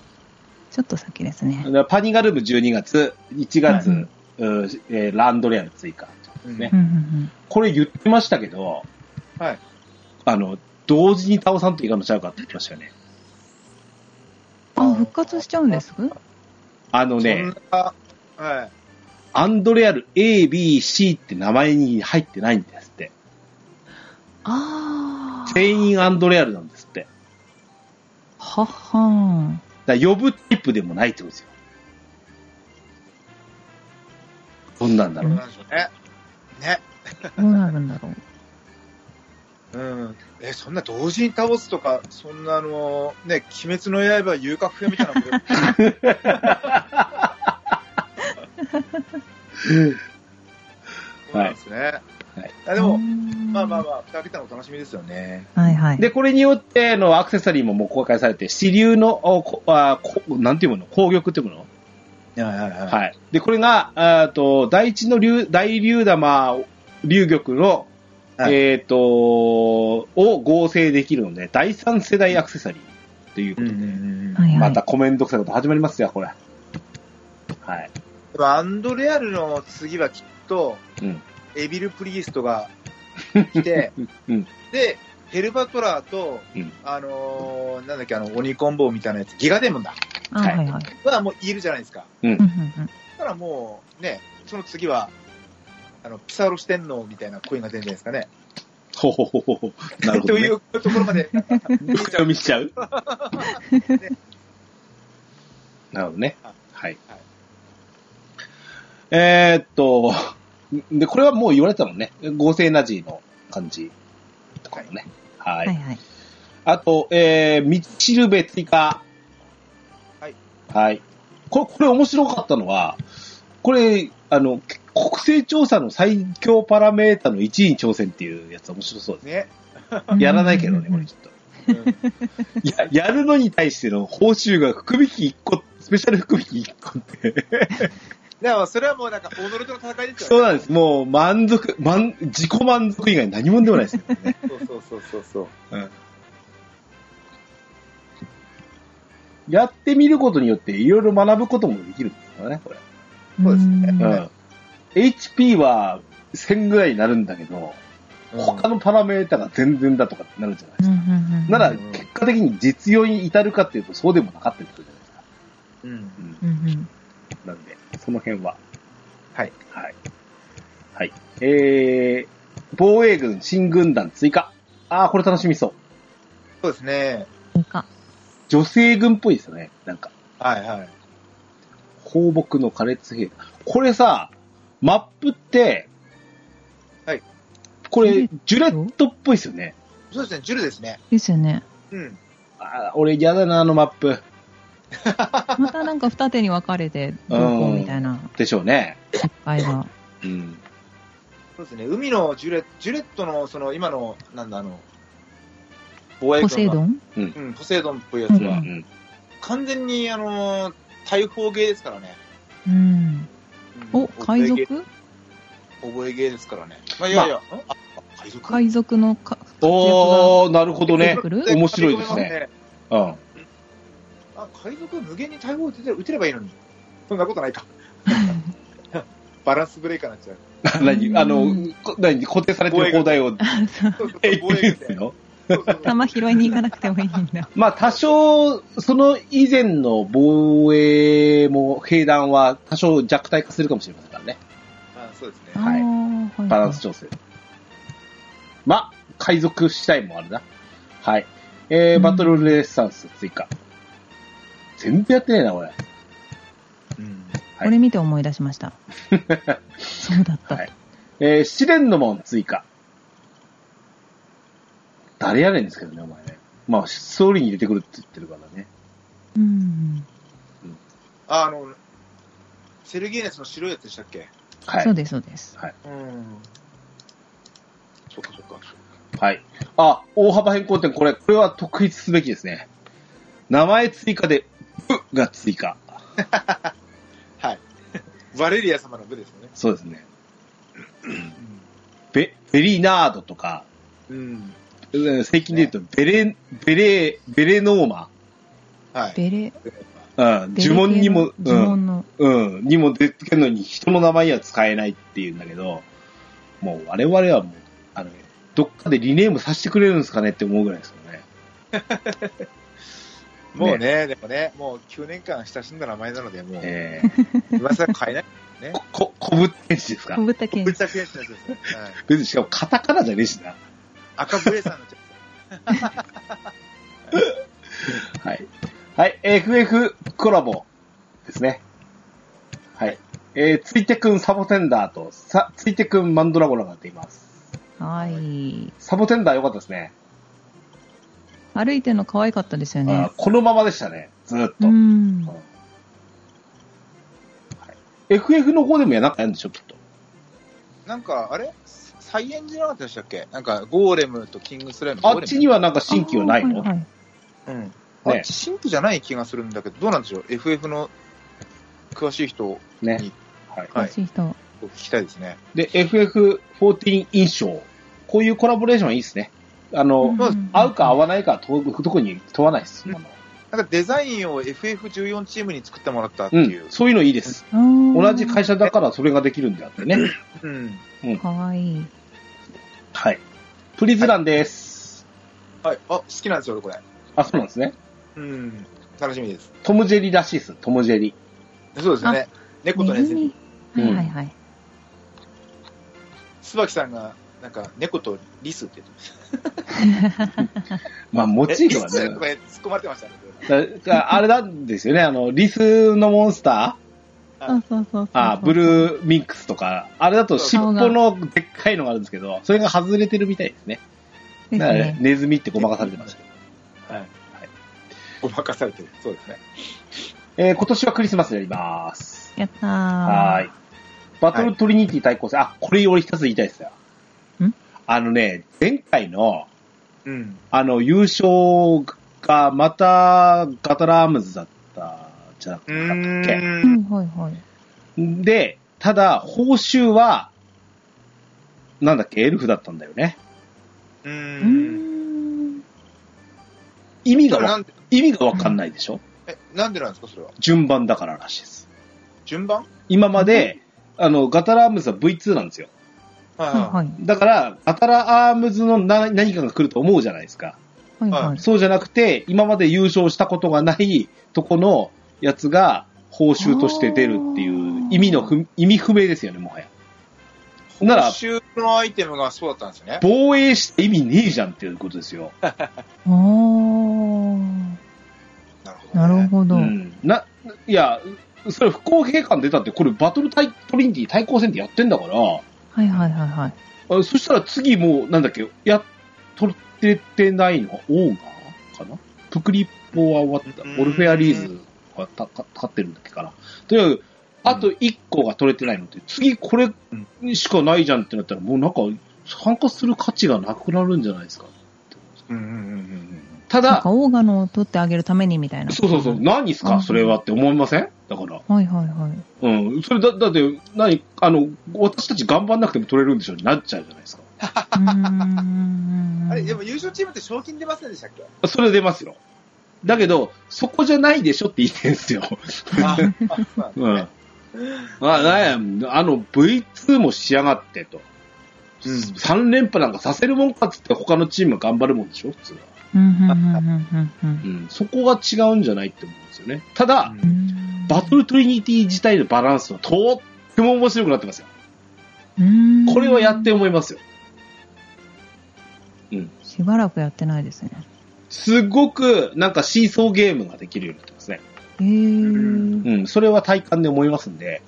Speaker 2: ちょっと先ですね。
Speaker 1: パニガルーム12月、1月、
Speaker 2: はい
Speaker 1: うんえーランドレアル追加。ね
Speaker 2: うんうん
Speaker 1: これ言ってましたけど、
Speaker 3: はい。
Speaker 1: あの、同時に倒さんといかんのちゃうかって言ってましたよね。
Speaker 2: うん。あ、復活しちゃうんです
Speaker 1: あのね、
Speaker 3: そんなはい。
Speaker 1: アンドレアル A、B、C って名前に入ってないんですって。
Speaker 2: ああ。
Speaker 1: 全員アンドレアルなんですって。
Speaker 2: はっは
Speaker 1: だから呼ぶタイプでもないってことですよ。どんなんだ
Speaker 3: ど
Speaker 1: ろ
Speaker 3: う
Speaker 1: う。
Speaker 3: なんでしょうね。ね。
Speaker 2: ーん。どうなるんだろう。
Speaker 3: うん。え、そんな同時に倒すとか、そんなあの、ね、鬼滅の刃遊郭編みたいなこと (laughs) そうなんですね。
Speaker 1: はい
Speaker 3: あでも、
Speaker 2: ま
Speaker 3: まあまあまあ、二桁のお楽しみですよね。
Speaker 2: あ。はいはい。
Speaker 1: で、これによってのアクセサリーももう公開されて、支流の、おこあこなんていうもの攻撃っていうもの
Speaker 3: はいはいはい。
Speaker 1: はい。で、これが、あーと、第一の竜、大竜玉、竜玉の、
Speaker 3: はい
Speaker 1: えっ、と、を合成できるので、第三世代アクセサリーということで、
Speaker 2: はいはい、
Speaker 1: またコメント臭いこと始まりますよ、これ。はい。
Speaker 3: でもアンドレアルの次はきっと、
Speaker 1: うん、
Speaker 3: エビル・プリーストが来て
Speaker 1: うん
Speaker 3: で、ヘルバトラーと、
Speaker 1: うん
Speaker 3: あのーなんだっけ、あの、鬼コンボみたいなやつ、ギガデモンだ。
Speaker 2: あはいはい。はい
Speaker 3: はもういるじゃないですか。
Speaker 2: うんうんうん
Speaker 3: だからもう、ね、その次は、あの、ピサロ四天王みたいな声が出るんじゃないですかね。
Speaker 1: ほほほほほ。 (laughs) なるほど、
Speaker 3: (laughs) と
Speaker 1: ね。
Speaker 3: いうところまで、
Speaker 1: 深読みしちゃう (laughs) なるほどね。はい。
Speaker 3: はい
Speaker 1: えーっと、で、これはもう言われてたもんね。合成ナジーの感じとかもね。はい。
Speaker 2: はいはい。
Speaker 1: あと、えー、道しるべ追加。
Speaker 3: はい。
Speaker 1: はい。これ、これ面白かったのは、これ、あの、国勢調査の最強パラメータの1位に挑戦っていうやつ面白そうです。
Speaker 3: ね。
Speaker 1: (laughs) やらないけどね、
Speaker 2: うん
Speaker 1: こ
Speaker 2: うん
Speaker 1: れちょっと。
Speaker 2: うん
Speaker 1: (laughs)
Speaker 3: うん
Speaker 1: いや、やるのに対しての報酬が福引き1個、スペシャル福引き1個って。
Speaker 3: だからそれはもうなんか、己との戦いです
Speaker 1: そう
Speaker 3: よ
Speaker 1: なんです。もう満足、満、自己満足以外何もでもないですよね。
Speaker 3: ね。そうそうそうそうそう。
Speaker 1: やってみることによっていろいろ学ぶこともできるんですからね、これ。
Speaker 3: そうですね
Speaker 1: う
Speaker 2: うん
Speaker 1: ん。HP は1000ぐらいになるんだけど、他のパラメータが全然だとかってなるじゃないで
Speaker 2: う
Speaker 1: す
Speaker 2: んう
Speaker 1: か。
Speaker 2: んうん
Speaker 1: なら、結果的に実用に至るかっていうと、そうでもなかったりするじゃないですか。
Speaker 3: うん
Speaker 1: うん
Speaker 2: うんうん
Speaker 1: なんで、その辺は。
Speaker 3: はい。
Speaker 1: はい。はい。えー、防衛軍、新軍団追加。あー、これ楽しみそう。
Speaker 3: そうですね。
Speaker 2: なんか
Speaker 1: 女性軍っぽいですよね。なんか、
Speaker 3: はいはい。
Speaker 1: 放牧の苛烈兵。これさ、マップって、
Speaker 3: はい。
Speaker 1: これ、ジュレットっぽいですよね。
Speaker 3: そうですね、ジュルですね。
Speaker 2: ですよね。
Speaker 3: うん。
Speaker 1: あー俺嫌だな、あのマップ。
Speaker 2: またなんか二手に分かれて、どうこうみたいな
Speaker 1: でしょうね。
Speaker 2: 失敗が。
Speaker 1: うん。
Speaker 3: そうですね、海のジュレジュレットの、その、今の、なんだ、あの、防衛
Speaker 2: ポセイ
Speaker 3: 軍
Speaker 2: ド
Speaker 3: は。
Speaker 2: ン
Speaker 3: うん、ポセイドンっぽいやつ
Speaker 1: うんう
Speaker 3: は。
Speaker 1: ん。
Speaker 3: 完全に、あのー、大砲芸ですからね。
Speaker 2: うん。
Speaker 3: うん
Speaker 2: お、海賊
Speaker 3: 覚え芸ですからね。まあ、いやいや、んあ、海賊
Speaker 2: 海賊のか
Speaker 1: おー、なるほど
Speaker 2: 出
Speaker 1: ね
Speaker 2: て。くる
Speaker 1: 面白いですね。うん。
Speaker 3: あ、海賊は無限に大砲を打てれ打てればいいのに。そんなことな
Speaker 2: (laughs)
Speaker 3: いか。バランスブレーカーになっちゃう。
Speaker 1: (laughs) 何あの、こ何固定されてる砲台を、
Speaker 3: そうそう
Speaker 1: え、い (laughs)
Speaker 3: 防衛
Speaker 1: で
Speaker 3: です
Speaker 1: すよ。
Speaker 3: そうそうそう
Speaker 2: 玉拾いに行かなくてもいい
Speaker 1: (laughs)
Speaker 2: んだ。
Speaker 1: まあ、多少、その以前の防衛も、兵団は多少弱体化するかもしれませんからね。
Speaker 3: まあそうですね。
Speaker 1: はい
Speaker 2: あーはい
Speaker 1: バランス調整。まあ、海賊次第もあるな。はい。えー、バトルレッサンス追加。全部やってねえな、俺。
Speaker 3: うん。
Speaker 1: はい
Speaker 2: これ見て思い出しま
Speaker 1: (laughs)
Speaker 2: した。そうだった。
Speaker 1: はい。えー、試練の門追加。誰やねんですけどね、お前ね。まあ、ストーリーに出てくるって言ってるからね。
Speaker 2: うん、
Speaker 3: あ、あの、セルギーネスの白いやつでしたっけ
Speaker 1: はい
Speaker 2: そう。です、そうです。
Speaker 3: うん。そっかそっか。
Speaker 1: はい。あ、大幅変更点、これ、これは特筆すべきですね。名前追加で、ブが追加。
Speaker 3: はい。バレリア様の部ですよね。
Speaker 1: そうですね。ベ、ベリナードとか、
Speaker 3: うん。
Speaker 1: うん最近で言うと、ベレ、ベレ、ベレノーマ。
Speaker 3: はい。
Speaker 2: ベレ、
Speaker 1: うん、
Speaker 2: ベレ系
Speaker 1: 呪
Speaker 2: の
Speaker 1: 文にも、う
Speaker 2: 呪
Speaker 1: ん、
Speaker 2: 文の。
Speaker 1: うん、にも出てけるのに人の名前には使えないっていうんだけど、もう我々はもう、あの、どっかでリネームさせてくれるんですかねって思うぐらいですよね。
Speaker 3: (laughs) もうね、でもね、もう9年間親しんだ名前なので、もう、
Speaker 1: えー、
Speaker 3: 今更変えない。
Speaker 1: こ、こ、こぶ天使ですか
Speaker 2: 小豚健
Speaker 3: ぶっちゃけやつですね。はい。
Speaker 1: 別にしかもカタカナじゃねえしな。
Speaker 3: 赤ブレーサーのちゃう
Speaker 1: はい。はい、FF コラボですね。はい。えー、ついてくんサボテンダーと、さ、ついてくんマンドラゴラが出ます。
Speaker 2: はい。
Speaker 1: サボテンダー良かったですね。
Speaker 2: 歩いてるの可愛かったですよね
Speaker 1: あ。このままでしたね、ずーっと。
Speaker 2: うん。
Speaker 1: はい FF の方でもやなんかやるんでしょ、きっと。
Speaker 3: なんか、あれサイエンジじゃなかったでしたっけなんか、ゴーレムとキングスレイのゴー
Speaker 1: あ
Speaker 3: レム
Speaker 1: っちにはなんか新規はないの、
Speaker 2: あーはいはい
Speaker 3: うん。あ
Speaker 1: ね
Speaker 3: っち新婦じゃない気がするんだけど、どうなんでしょう ?FF の詳しい人を
Speaker 1: ね。はい。
Speaker 3: はい
Speaker 2: 詳しい人。
Speaker 3: 聞きたいですね。
Speaker 1: で、FF14 印象。こういうコラボレーションはいいですね。あの、
Speaker 2: うん
Speaker 3: まあ
Speaker 1: 合うか合わないかは問う特に問わないです。
Speaker 3: うんなんかデザインを FF14 チームに作ってもらったって
Speaker 1: う
Speaker 3: い
Speaker 1: ん
Speaker 3: う。。
Speaker 1: そういうのいいです。同
Speaker 2: 同
Speaker 1: じ会社だからそれができるんであってね。
Speaker 3: うん。
Speaker 2: かわいい。
Speaker 1: はい。プリズランです。
Speaker 3: はい。あ、好きなんですよ、俺これ。
Speaker 1: あ、そうなんですね。
Speaker 3: うん。楽しみです。
Speaker 1: トムジェリらしいです。トムジェリ。
Speaker 3: そうですよね。猫と
Speaker 2: ネ
Speaker 3: ネ
Speaker 2: ズ
Speaker 3: ズミ。
Speaker 2: ミ。はいはいはい。
Speaker 3: 椿さんが、なんか、猫とリスって言ってまし
Speaker 1: まあ、
Speaker 3: た。
Speaker 1: モチーフは
Speaker 3: えリスとか
Speaker 1: ね。
Speaker 3: 突っ込まれてましたね。
Speaker 1: だあれなんですよね。あの、リスのモンスター
Speaker 3: う
Speaker 2: そ
Speaker 3: ん
Speaker 2: うそうそうそう。
Speaker 1: あ、ブルーミンクスとか、あれだと尻尾のでっかいのがあるんですけど、それが外れてるみたいですね。
Speaker 2: です
Speaker 1: だから
Speaker 2: ね。
Speaker 1: ネズミってごまかされてましたけど。
Speaker 3: はい。ごまかされてる。そうですね。
Speaker 1: えー今年はクリスマスやります。
Speaker 2: やったー。
Speaker 1: はーい。バトルトリニティ対抗戦。あ、これ俺一つ言いたいですよ。
Speaker 2: ん
Speaker 1: あのね、前回の、
Speaker 3: うん。
Speaker 1: あの、優勝が、また、ガトラームズだった、じゃなかったっ
Speaker 3: う
Speaker 1: け
Speaker 2: う
Speaker 3: ーん。
Speaker 2: ん、はいはい。
Speaker 1: で、ただ、報酬は、なんだっけ、エルフだったんだよね。
Speaker 3: う
Speaker 2: うー
Speaker 3: ん。
Speaker 2: ん。
Speaker 1: 意味
Speaker 3: そ
Speaker 1: が
Speaker 3: れな
Speaker 1: わ、
Speaker 3: んで、
Speaker 1: 意味がわかんないでしょ
Speaker 3: え、なんでなんですか、それは。
Speaker 1: 順番だかららしいです。
Speaker 3: 順番
Speaker 1: 今まで、あの、ガタラームズは V2 なんですよ。
Speaker 3: はい
Speaker 2: はいはい。
Speaker 1: だから、ガタラアームズのな何かが来ると思うじゃないですか。
Speaker 2: はいはい。
Speaker 1: そうじゃなくて、今まで優勝したことがないとこのやつが報酬として出るっていう意味の不、意味不明ですよね、もはや。なら
Speaker 3: 報酬のアイテムがそうだったんですね。
Speaker 1: 防衛して意味ねえじゃんっていうことですよ。
Speaker 2: あー。
Speaker 3: なるほ
Speaker 2: なる
Speaker 3: ね。
Speaker 2: ほど。
Speaker 1: うん。な、いや、それ不公平感出たって、これバトルタイトリニティ対抗戦でやってんだから、
Speaker 2: はいはいはいはい。
Speaker 1: あそしたら次もう、なんだっけ、や、取れてないのはオーガーかなプクリッポは終わった
Speaker 3: う。ん
Speaker 1: オルフェアリーズがたか勝ってるんだっけかな。とにかく、あと1個が取れてないのって、次これしかないじゃんってなったら、もうなんか、参加する価値がなくなるんじゃないですか。
Speaker 3: うんうんうんうんうん。
Speaker 1: た
Speaker 2: なん
Speaker 1: だ
Speaker 2: か、オーガノを取ってあげるためにみたいな。
Speaker 1: そうそうそう、何です
Speaker 2: う
Speaker 1: か、
Speaker 2: ん
Speaker 1: それはって思いませんだから。
Speaker 2: はいはい
Speaker 1: (laughs)
Speaker 2: はい。
Speaker 1: うん。それだ、だって、何、あの、私たち頑張んなくても取れるんでしょになっちゃうじゃないですか。
Speaker 2: うーん
Speaker 3: あれ、でも優勝チームって賞金出ませんでしたっけ
Speaker 1: それ出ますよ。だけど、そこじゃないでしょって言ってんすよ。
Speaker 3: あ (laughs) あそうなんです
Speaker 1: う
Speaker 3: ね
Speaker 1: (laughs) ん。あ、なんや、あの V2 も仕上がってと。
Speaker 3: うん
Speaker 1: 3連覇なんかさせるもんかっつって他のチームが頑張るもんでしょ普通は。
Speaker 2: うんうんうんうんう
Speaker 1: う
Speaker 2: ん
Speaker 1: ん。そこが違うんじゃないって思うんですよね。ただ、
Speaker 2: う
Speaker 3: うん
Speaker 2: ん。
Speaker 1: バトルトリニティ自体のバランスはとっても面白くなってますよ。
Speaker 2: うん
Speaker 1: これはやって思いますよ。うん。
Speaker 2: しばらくやってないですね。
Speaker 1: すごく、なんかシーソーゲームができるようになってますね。
Speaker 2: えー、
Speaker 1: うん。それは体感で思いますんで、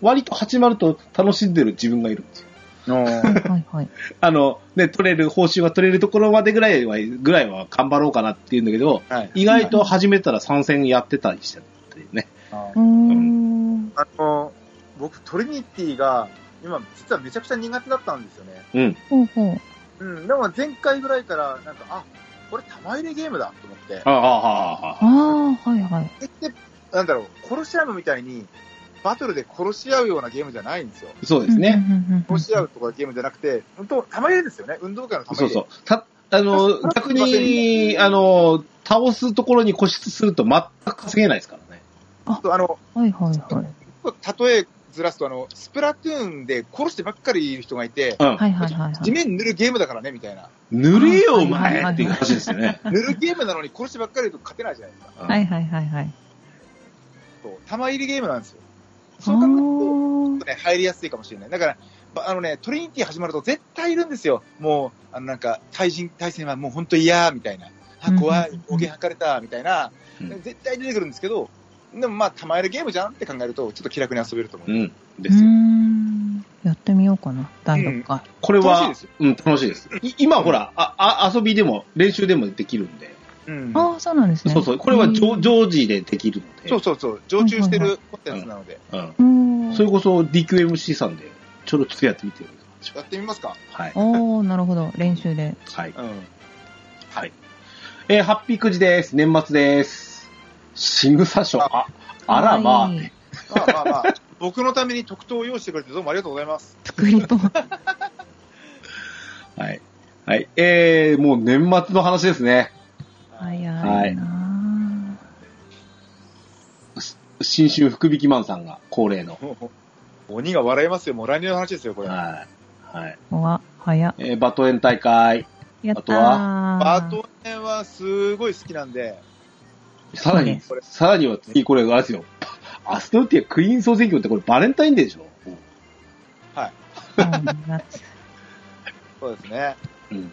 Speaker 1: 割と始まると楽しんでる自分がいるんですよ。
Speaker 3: (laughs)
Speaker 2: はいはいはい。
Speaker 1: あの、ね、取れる、報酬が取れるところまでぐらいは、ぐらいは頑張ろうかなっていうんだけど、
Speaker 3: はい
Speaker 1: 意外と始めたら参戦やってたりしてるっていうね。
Speaker 3: あ
Speaker 2: おー
Speaker 3: あの、僕、トリニティが、今、実はめちゃくちゃ苦手だったんですよね。
Speaker 1: うん。
Speaker 2: ほうほう。
Speaker 3: うん、でも前回ぐらいから、なんか、あ、これ玉入れゲームだと思って
Speaker 1: あ、あ、ああ、ああ。
Speaker 2: ああ、はいはい。
Speaker 3: で、なんだろう、殺し合うみたいに、バトルで殺し合うようなゲームじゃないんですよ。
Speaker 1: そうですね。
Speaker 2: うんうんうんうん。
Speaker 3: 殺し合うとかゲームじゃなくて、本当玉入れですよね。運動会の玉
Speaker 1: そ
Speaker 3: 入
Speaker 1: う
Speaker 3: れ。
Speaker 1: そう。た、あの、逆に、あの、倒すところに固執すると全く稼げないですからね。
Speaker 3: そうあの、
Speaker 2: はいはいはい。
Speaker 3: 例えずらすと、あの、スプラトゥーンで殺してばっかりいる人がいて、
Speaker 1: うん。
Speaker 2: はいはいはいは
Speaker 3: 地
Speaker 2: い。
Speaker 3: 面塗るゲームだからね、みたいな。
Speaker 1: 塗れよ、
Speaker 2: はい
Speaker 1: お前っていう話ですよね。
Speaker 3: 塗るゲームなのに殺してばっかりいると勝てないじゃないですか。
Speaker 2: はいはいはいはい。
Speaker 3: そう玉入りゲームなんですよ。
Speaker 2: あ
Speaker 3: そう考えると、ね、入りやすいかもしれない。だから、ばあのね、トリニティ始まると絶対いるんですよ。もう、あのなんか、対人、対戦はもう本当嫌、みたいな。
Speaker 2: う
Speaker 3: あ、
Speaker 2: ん
Speaker 3: 怖い、暴言吐かれた、みたいな
Speaker 1: うん。
Speaker 3: 絶対出てくるんですけど、でもまあ、玉入れゲームじゃんって考えると、ちょっと気楽に遊べると思
Speaker 1: う
Speaker 3: う。
Speaker 1: ん。で
Speaker 2: ーうー
Speaker 1: すよ。
Speaker 2: ん。やってみようかな、第6回。
Speaker 1: これ
Speaker 3: 楽しい
Speaker 1: は
Speaker 3: ですよ、
Speaker 1: うん、楽しいです。い今、ほら、あ、あ、遊びでも、練習でもできるんで。
Speaker 3: うん。
Speaker 2: ああ、そうなんですね。
Speaker 1: そうそう。これは常
Speaker 2: うん
Speaker 1: 常時でできるので。
Speaker 3: そうそうそう、常駐して
Speaker 2: はいは
Speaker 3: るコンテンツなので、
Speaker 1: うん。
Speaker 2: うん
Speaker 1: それこそ DQMC さんで、ちょろっとやってみてよ
Speaker 3: やってみますか。
Speaker 1: はい。
Speaker 2: おおなるほど。練習で。
Speaker 1: はい。
Speaker 3: うん。
Speaker 1: はい。えーハッピーくじです。年末です。新草賞。あ、あらまあ
Speaker 2: 可愛い
Speaker 1: ね。
Speaker 3: まあまあ (laughs) まあ、僕のために特等を用意してくれてどうもありがとうございます。
Speaker 2: 作り (laughs) と。
Speaker 1: はい。はい。えー、もう年末の話ですね。
Speaker 2: 早いな
Speaker 1: 新春福引きマンさんが恒例の。
Speaker 3: もう鬼が笑いますよ。もう来年の話ですよ、これ。
Speaker 1: はい。はい。
Speaker 2: ぁ。うわ、早。
Speaker 1: えーバトエン大会。
Speaker 2: や
Speaker 1: あ
Speaker 2: ったー
Speaker 1: とは
Speaker 3: バトネはすごい好きなんで、
Speaker 1: さらに
Speaker 3: そうね、
Speaker 1: さらには次、これ、あれですよ。アストルティアクイーン総選挙ってこれバレンタインデーでしょ
Speaker 2: うん夏
Speaker 3: そうですね。
Speaker 1: うん。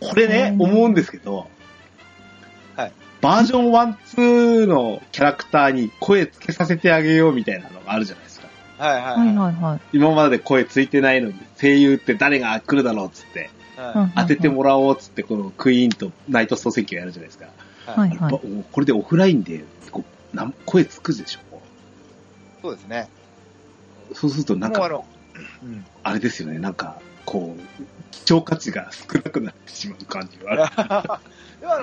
Speaker 1: これね、
Speaker 2: うん
Speaker 1: 思うんですけど、
Speaker 3: はい。
Speaker 1: バージョン1、2のキャラクターに声つけさせてあげようみたいなのがあるじゃないですか。
Speaker 3: はいはい。
Speaker 2: (laughs) はいはいはい。
Speaker 1: 今まで声ついてないのに、声優って誰が来るだろうっつって、
Speaker 2: うんうんう
Speaker 3: は
Speaker 2: ん
Speaker 1: 当ててもらおうっつって、このクイーンとナイト総選挙やるじゃないですか。
Speaker 3: い。
Speaker 2: はいは
Speaker 1: ば
Speaker 2: い。
Speaker 1: これでオフラインでこうなん声つくでしょ
Speaker 3: そうですね。
Speaker 1: そうするとなん
Speaker 3: もう
Speaker 1: か
Speaker 3: あ、の、うん。
Speaker 1: あれですよね、なんか、こう、視聴価値が少なくなってしまう感じがあ
Speaker 3: (laughs)
Speaker 1: る。
Speaker 3: ではあの、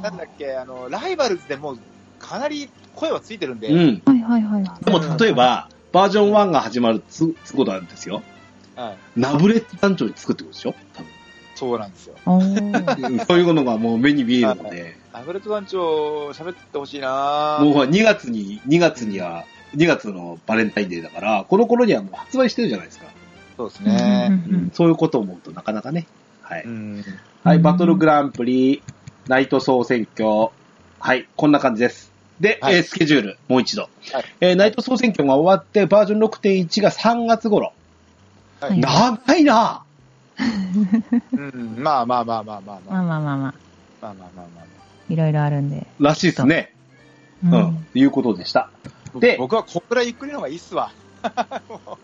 Speaker 2: あ
Speaker 3: う、
Speaker 2: あ
Speaker 3: なんだっけ、あの、ライバルズでもう、かなり声はついてるんで、
Speaker 1: うん。
Speaker 2: はいはいはいはい。
Speaker 1: でも例えば、バージョン1が始まるつつことなんですよ。
Speaker 3: はい。
Speaker 1: ナブレット団長につくってことでしょ
Speaker 3: そうなんですよ。
Speaker 2: おー。
Speaker 1: 多
Speaker 3: (laughs)
Speaker 1: 分。そういうのがもう目に見えるので、
Speaker 3: アフレット団長、喋ってほしいな
Speaker 1: もうほら2月に、2月には、2月のバレンタインデーだから、この頃にはもう発売してるじゃないですか。
Speaker 3: そうです
Speaker 2: うん
Speaker 3: ね。
Speaker 2: うんうん
Speaker 1: そういうことを思うとなかなかね。はい。
Speaker 3: うん。
Speaker 1: はい、
Speaker 2: うん
Speaker 1: バトルグランプリ、ナイト総選挙。はい、こんな感じです。で、
Speaker 3: はい
Speaker 1: えースケジュール、もう一度。
Speaker 3: はい
Speaker 1: えーナイト総選挙が終わって、バージョン6.1が3月頃。
Speaker 3: はい
Speaker 1: 長いな
Speaker 3: うん。まあまあまあまあまあま
Speaker 2: ま
Speaker 3: あ。
Speaker 2: あまあまあまあ。
Speaker 3: まあまあまあま
Speaker 2: いろいろあるんで。
Speaker 1: らしいですね。
Speaker 2: う
Speaker 1: うん、いうことでした。
Speaker 3: あ。
Speaker 1: で
Speaker 3: 僕はこっくらいゆっくりの方がいいっすわ。も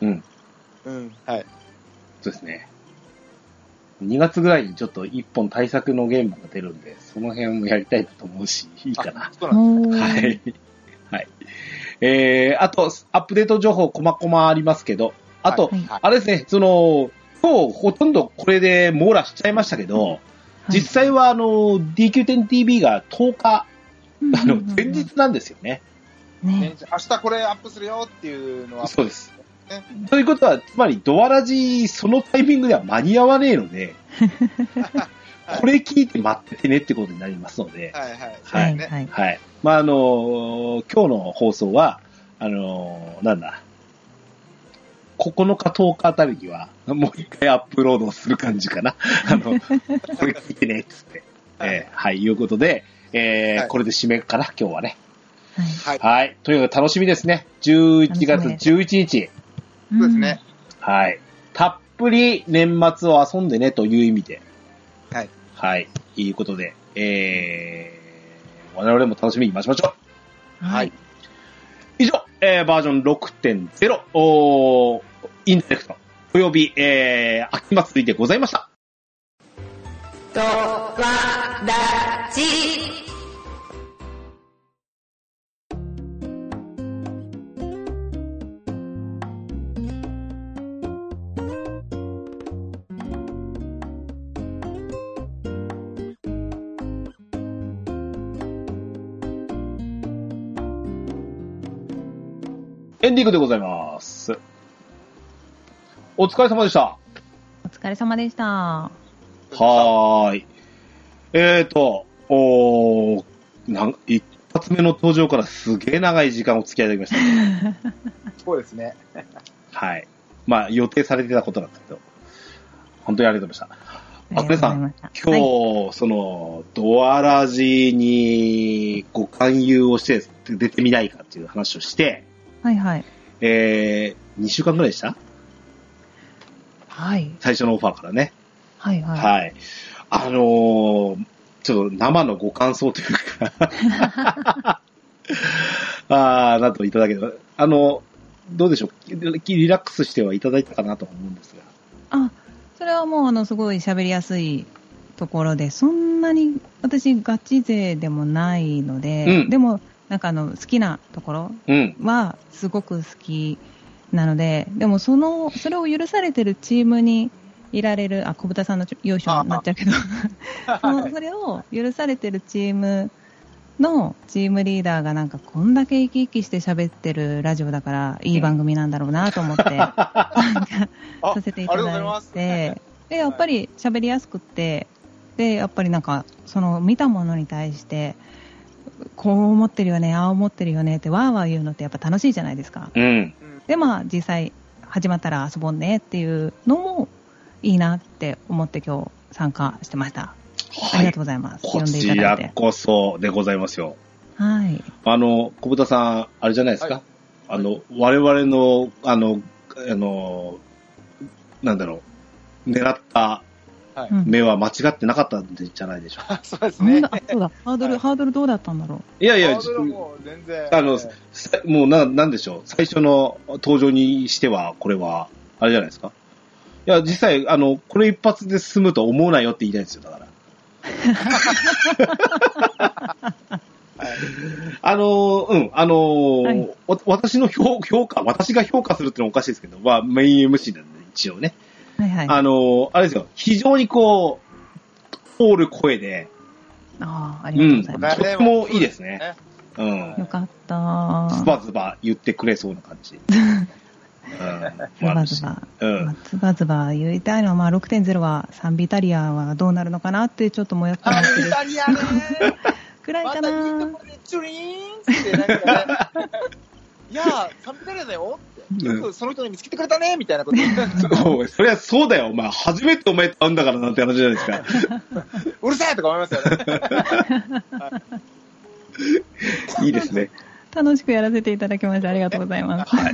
Speaker 1: うん、
Speaker 3: ううん。はい。
Speaker 1: そうですね。2月ぐらいにちょっと1本対策のゲームが出るんで、その辺もやりたいなと思うし、いいかな
Speaker 3: あ。そうなんで
Speaker 2: おー
Speaker 1: はい。はい。えー、あと、アップデート情報、こまこまありますけど、あと、
Speaker 2: はい
Speaker 1: あれですね、その、今日ほとんどこれで網羅しちゃいましたけど、
Speaker 2: い
Speaker 1: 実際はあの DQ10TV が10日、あの前日なんですよね。
Speaker 2: ね
Speaker 3: ね明日これアップするよっていうのは、
Speaker 1: そうです
Speaker 3: ね。
Speaker 1: ということは、つまりドアラジ、そのタイミングでは間に合わねえの
Speaker 3: (laughs)
Speaker 1: で、これ聞いて待っててねってことになりますので、
Speaker 3: はいはい。
Speaker 1: は
Speaker 2: はい
Speaker 1: い
Speaker 2: はい
Speaker 1: はい。まあ、あのー今日の放送は、あのーなんだ、9日、10日あたりには、もう一回アップロードする感じか
Speaker 3: (laughs)
Speaker 1: な。あの、これ聞いてね、つって。えーはい、いうことで、えー
Speaker 3: はい
Speaker 1: これで締めかな、今日はね。
Speaker 2: はい
Speaker 3: はい。
Speaker 1: はい。とにかく楽しみですね。11月
Speaker 2: 楽し
Speaker 1: 11日。
Speaker 3: そうですね。
Speaker 1: はい。たっぷり年末を遊んでねという意味で。
Speaker 3: はい。
Speaker 1: はい。いうことで、えー、我々も楽しみに待ちましょう。
Speaker 2: うん
Speaker 3: は
Speaker 2: はいい
Speaker 1: 以上、えー、バージョン6.0、おーインテレクト、および、えー、秋祭りでございました。
Speaker 5: ドワラジ
Speaker 1: エンディングでございます。お疲れ様でした。
Speaker 2: お疲れ様でした
Speaker 1: はーい。えーと、おーなん一発目の登場からすげえ長い時間お付き合いいただきました。
Speaker 3: そうですね。 (laughs)
Speaker 1: はい。まあ、予定されてたことだったけど、本当にありがとうございました。あくれさん
Speaker 2: ありがとうござい
Speaker 1: 今
Speaker 2: ました
Speaker 1: 日、その、ドアラジにご勧誘をして出てみないかっていう話をして、
Speaker 2: はいはい
Speaker 1: えー、2週間ぐらいでした
Speaker 2: はい
Speaker 1: 最初のオファーからね。
Speaker 2: はいはいはい
Speaker 1: はい。あのーちょっと生のご感想という
Speaker 2: (laughs)
Speaker 1: かあー、などいただければ、あの、どうでしょう、リラックスしてはいただいたかなと思うんですが。
Speaker 2: あそれはもうあのすごい喋りやすいところでそんなに私ガチ勢でもないので、
Speaker 1: うん
Speaker 2: でもなんかあの好きなところ
Speaker 1: うん。
Speaker 2: はすごく好きなのででもそのそれを許されてるチームにいられるあ小豚さんのちょよいしょになっちゃうけどそのそれを許されてるチームのチームリーダーがなんかこんだけ生き生きして喋ってるラジオだからいい番組なんだろうなと思って、なんか
Speaker 3: (laughs) あ
Speaker 2: させてい
Speaker 3: あ
Speaker 2: た
Speaker 3: りがとうござい
Speaker 2: だ
Speaker 3: ま
Speaker 2: い
Speaker 3: す
Speaker 2: てでやっぱり喋りやすくってでやっぱりなんかその見たものに対してこう思ってるよねああ思ってるよねってわーわー言うのってやっぱ楽しいじゃないですか。
Speaker 1: うん。
Speaker 3: うん
Speaker 2: でまあ実際始まったら遊ぼうねっていうのもいいなって思って今日参加してました。あ
Speaker 1: は
Speaker 2: りが
Speaker 1: い
Speaker 2: とう。ございます。
Speaker 1: こ
Speaker 2: 呼んでい
Speaker 1: ち
Speaker 2: ただい
Speaker 1: ら
Speaker 2: て。
Speaker 1: こそでございますよ。
Speaker 2: はい。
Speaker 1: あの、小豚さん、あれじゃないですか、
Speaker 3: はい
Speaker 1: あの、我々の、あの、あの、なんだろう、狙った
Speaker 2: うん
Speaker 1: 目は間違ってなかったんじゃないでしょうか
Speaker 3: あそうです
Speaker 2: なん
Speaker 3: ね
Speaker 2: だ。あそうだ。ハードル、
Speaker 3: はい
Speaker 2: ハードルどうだったんだろう。
Speaker 1: いやいや、
Speaker 3: ハードルはもう全然。
Speaker 1: あのさもうな、なんでしょう、最初の登場にしては、これは、あれじゃないですか。いや、実際、あの、これ一発で済むと思うなよって言いたいんですよ、だから。あの、うん、あのー
Speaker 2: はい
Speaker 1: わ私の評評価、私が評価するってのはおかしいですけど、まあ、メイン MC なんで、一応ね。
Speaker 2: はいはい。
Speaker 1: あのーあれですよ、非常にこう、通る声で、
Speaker 2: ああ、ありがとうございま
Speaker 1: と
Speaker 2: す。
Speaker 1: ってもいいですね。うん
Speaker 3: う。ん
Speaker 2: よかっ
Speaker 1: ズ
Speaker 2: た。
Speaker 1: バズバ言ってくれそうな感じ。
Speaker 2: (laughs) ズ
Speaker 1: ズ
Speaker 2: バズバ。
Speaker 1: うん
Speaker 2: まあ。ズバズバ言いたいのは、まあ、6.0はサンビタリアはどうなるのかなってちょっともやっと
Speaker 3: あ
Speaker 2: 思って (laughs)
Speaker 3: イ
Speaker 2: る
Speaker 3: タリアね。
Speaker 2: くらい
Speaker 3: ま
Speaker 2: か
Speaker 3: た聞いた
Speaker 2: な
Speaker 3: と。ころでチュリーンってなん (laughs) かね。いやー、サンピタリアだよって。よくその人に見つけてくれたねみたいなこと。 (laughs)
Speaker 1: おいそりゃそうだよ、お前。初めてお前と会うんだからなんて話じゃないですか。
Speaker 2: (laughs)
Speaker 3: うるさいとか思いますよね。
Speaker 1: いいですね。
Speaker 2: 楽しくやらせていただきました。ありがとうございます。
Speaker 1: はい。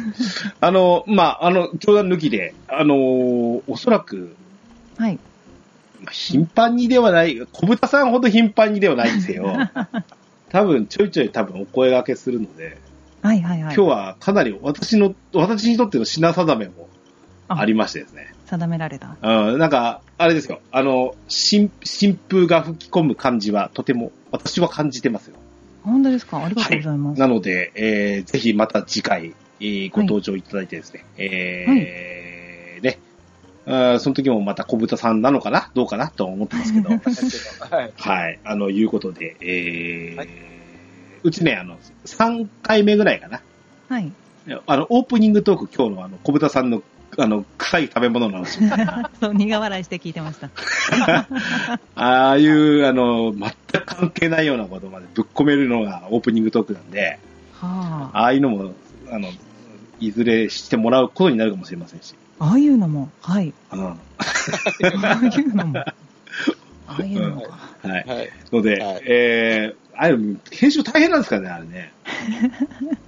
Speaker 1: あの、まあ、あの、冗談抜きで、あのーおそらく、
Speaker 2: はい。
Speaker 1: まあ頻繁にではない、小豚さんほど頻繁にではないんです
Speaker 2: (laughs)
Speaker 1: よ。多分、ちょいちょい多分お声掛けするので、
Speaker 2: はいはいはい
Speaker 1: 今日。はかなり私の、私にとっての品定めもありましてですね。
Speaker 2: 定められた。
Speaker 1: うん、なんか、あれですよ。あの、新、新風が吹き込む感じはとても、私は感じてますよ。
Speaker 2: 本当ですかありがとうございます。
Speaker 1: なので、えー、ぜひまた次回、えーご登場いただいてですね、えー、ね、あーの、その時もまた小豚さんなのかなどうかなと思ってますけど。
Speaker 3: はい。
Speaker 1: はい。あの、いうことで、えー
Speaker 3: はいう
Speaker 1: ちね、あの、3回目ぐらいかな。
Speaker 2: はい。
Speaker 1: あの、オープニングトーク、今日のあの、小豚さんの、あの、臭い食べ物の話。
Speaker 2: そう、苦笑い (laughs) して聞いてました。
Speaker 1: ああいう、あの、全く関係ないようなことまでぶっ込めるのがオープニングトークなんで、
Speaker 2: はあ。
Speaker 1: ああいうのも、あの、いずれしてもらうことになるかもしれませんし。
Speaker 2: ああいうのも、はい。
Speaker 1: うん。は
Speaker 2: ああ (laughs) いうのも。ああいうのか。
Speaker 1: い。
Speaker 3: はい。
Speaker 1: ので、
Speaker 3: はい
Speaker 1: えー、ああいうの、編集大変なんですからね、あれね。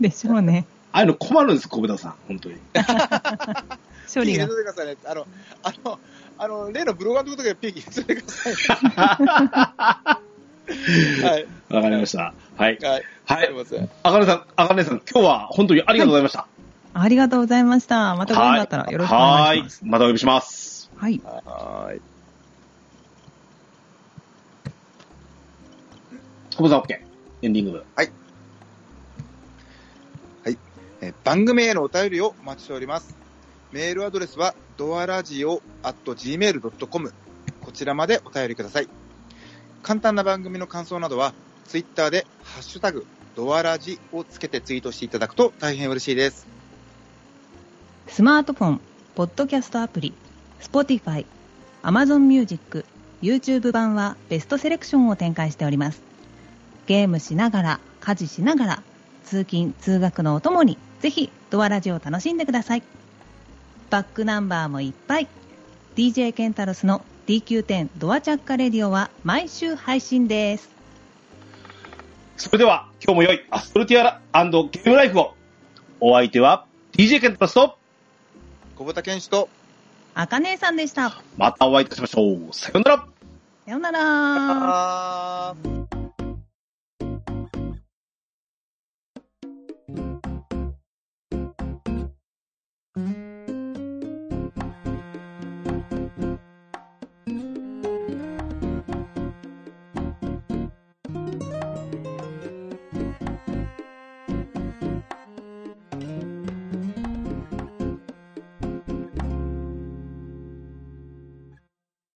Speaker 2: でしょうね。
Speaker 1: ああいうの困るんです、小豚さん、本当に。
Speaker 2: 処理が。
Speaker 3: ピー入れといてくださいね。あの、あの、あの、例のブロガーのところでピー入れといてください
Speaker 1: (laughs)
Speaker 3: ね。はい。
Speaker 1: わかりました。はい。
Speaker 3: はい。
Speaker 1: はい
Speaker 3: すいません。
Speaker 1: あかねさん、あかねさん、今日は本当にありがとうございました。
Speaker 2: ありがとうございました。またご縁があったらよろしくお願いします。
Speaker 1: はーい。またお呼びします。
Speaker 2: はい。
Speaker 3: はーい。
Speaker 1: 小豚さん、OK。エンディング。
Speaker 3: えー番組へのお便りをお待ちしております。メールアドレスは、ドアラジオ at gmail.com。こちらまでお便りください。簡単な番組の感想などは、ツイッターで、ハッシュタグ、ドアラジをつけてツイートしていただくと大変嬉しいです。
Speaker 2: スマートフォン、ポッドキャストアプリ、Spotify、Amazon Music、YouTube 版はベストセレクションを展開しております。ゲームしながら、家事しながら、通勤・通学のお供に、ぜひドアラジオを楽しんでください。バックナンバーもいっぱい。DJ ケンタロスの DQ10 ドアチャッカレディオは毎週配信です。
Speaker 1: それでは、今日も良いアストルティアラゲームライフを。お相手は、DJ ケントラスと、
Speaker 3: 小畑健志と、
Speaker 2: あかねえさんでした。
Speaker 1: またお会いいたしましょう。さようなら。
Speaker 2: さようなら。
Speaker 3: あー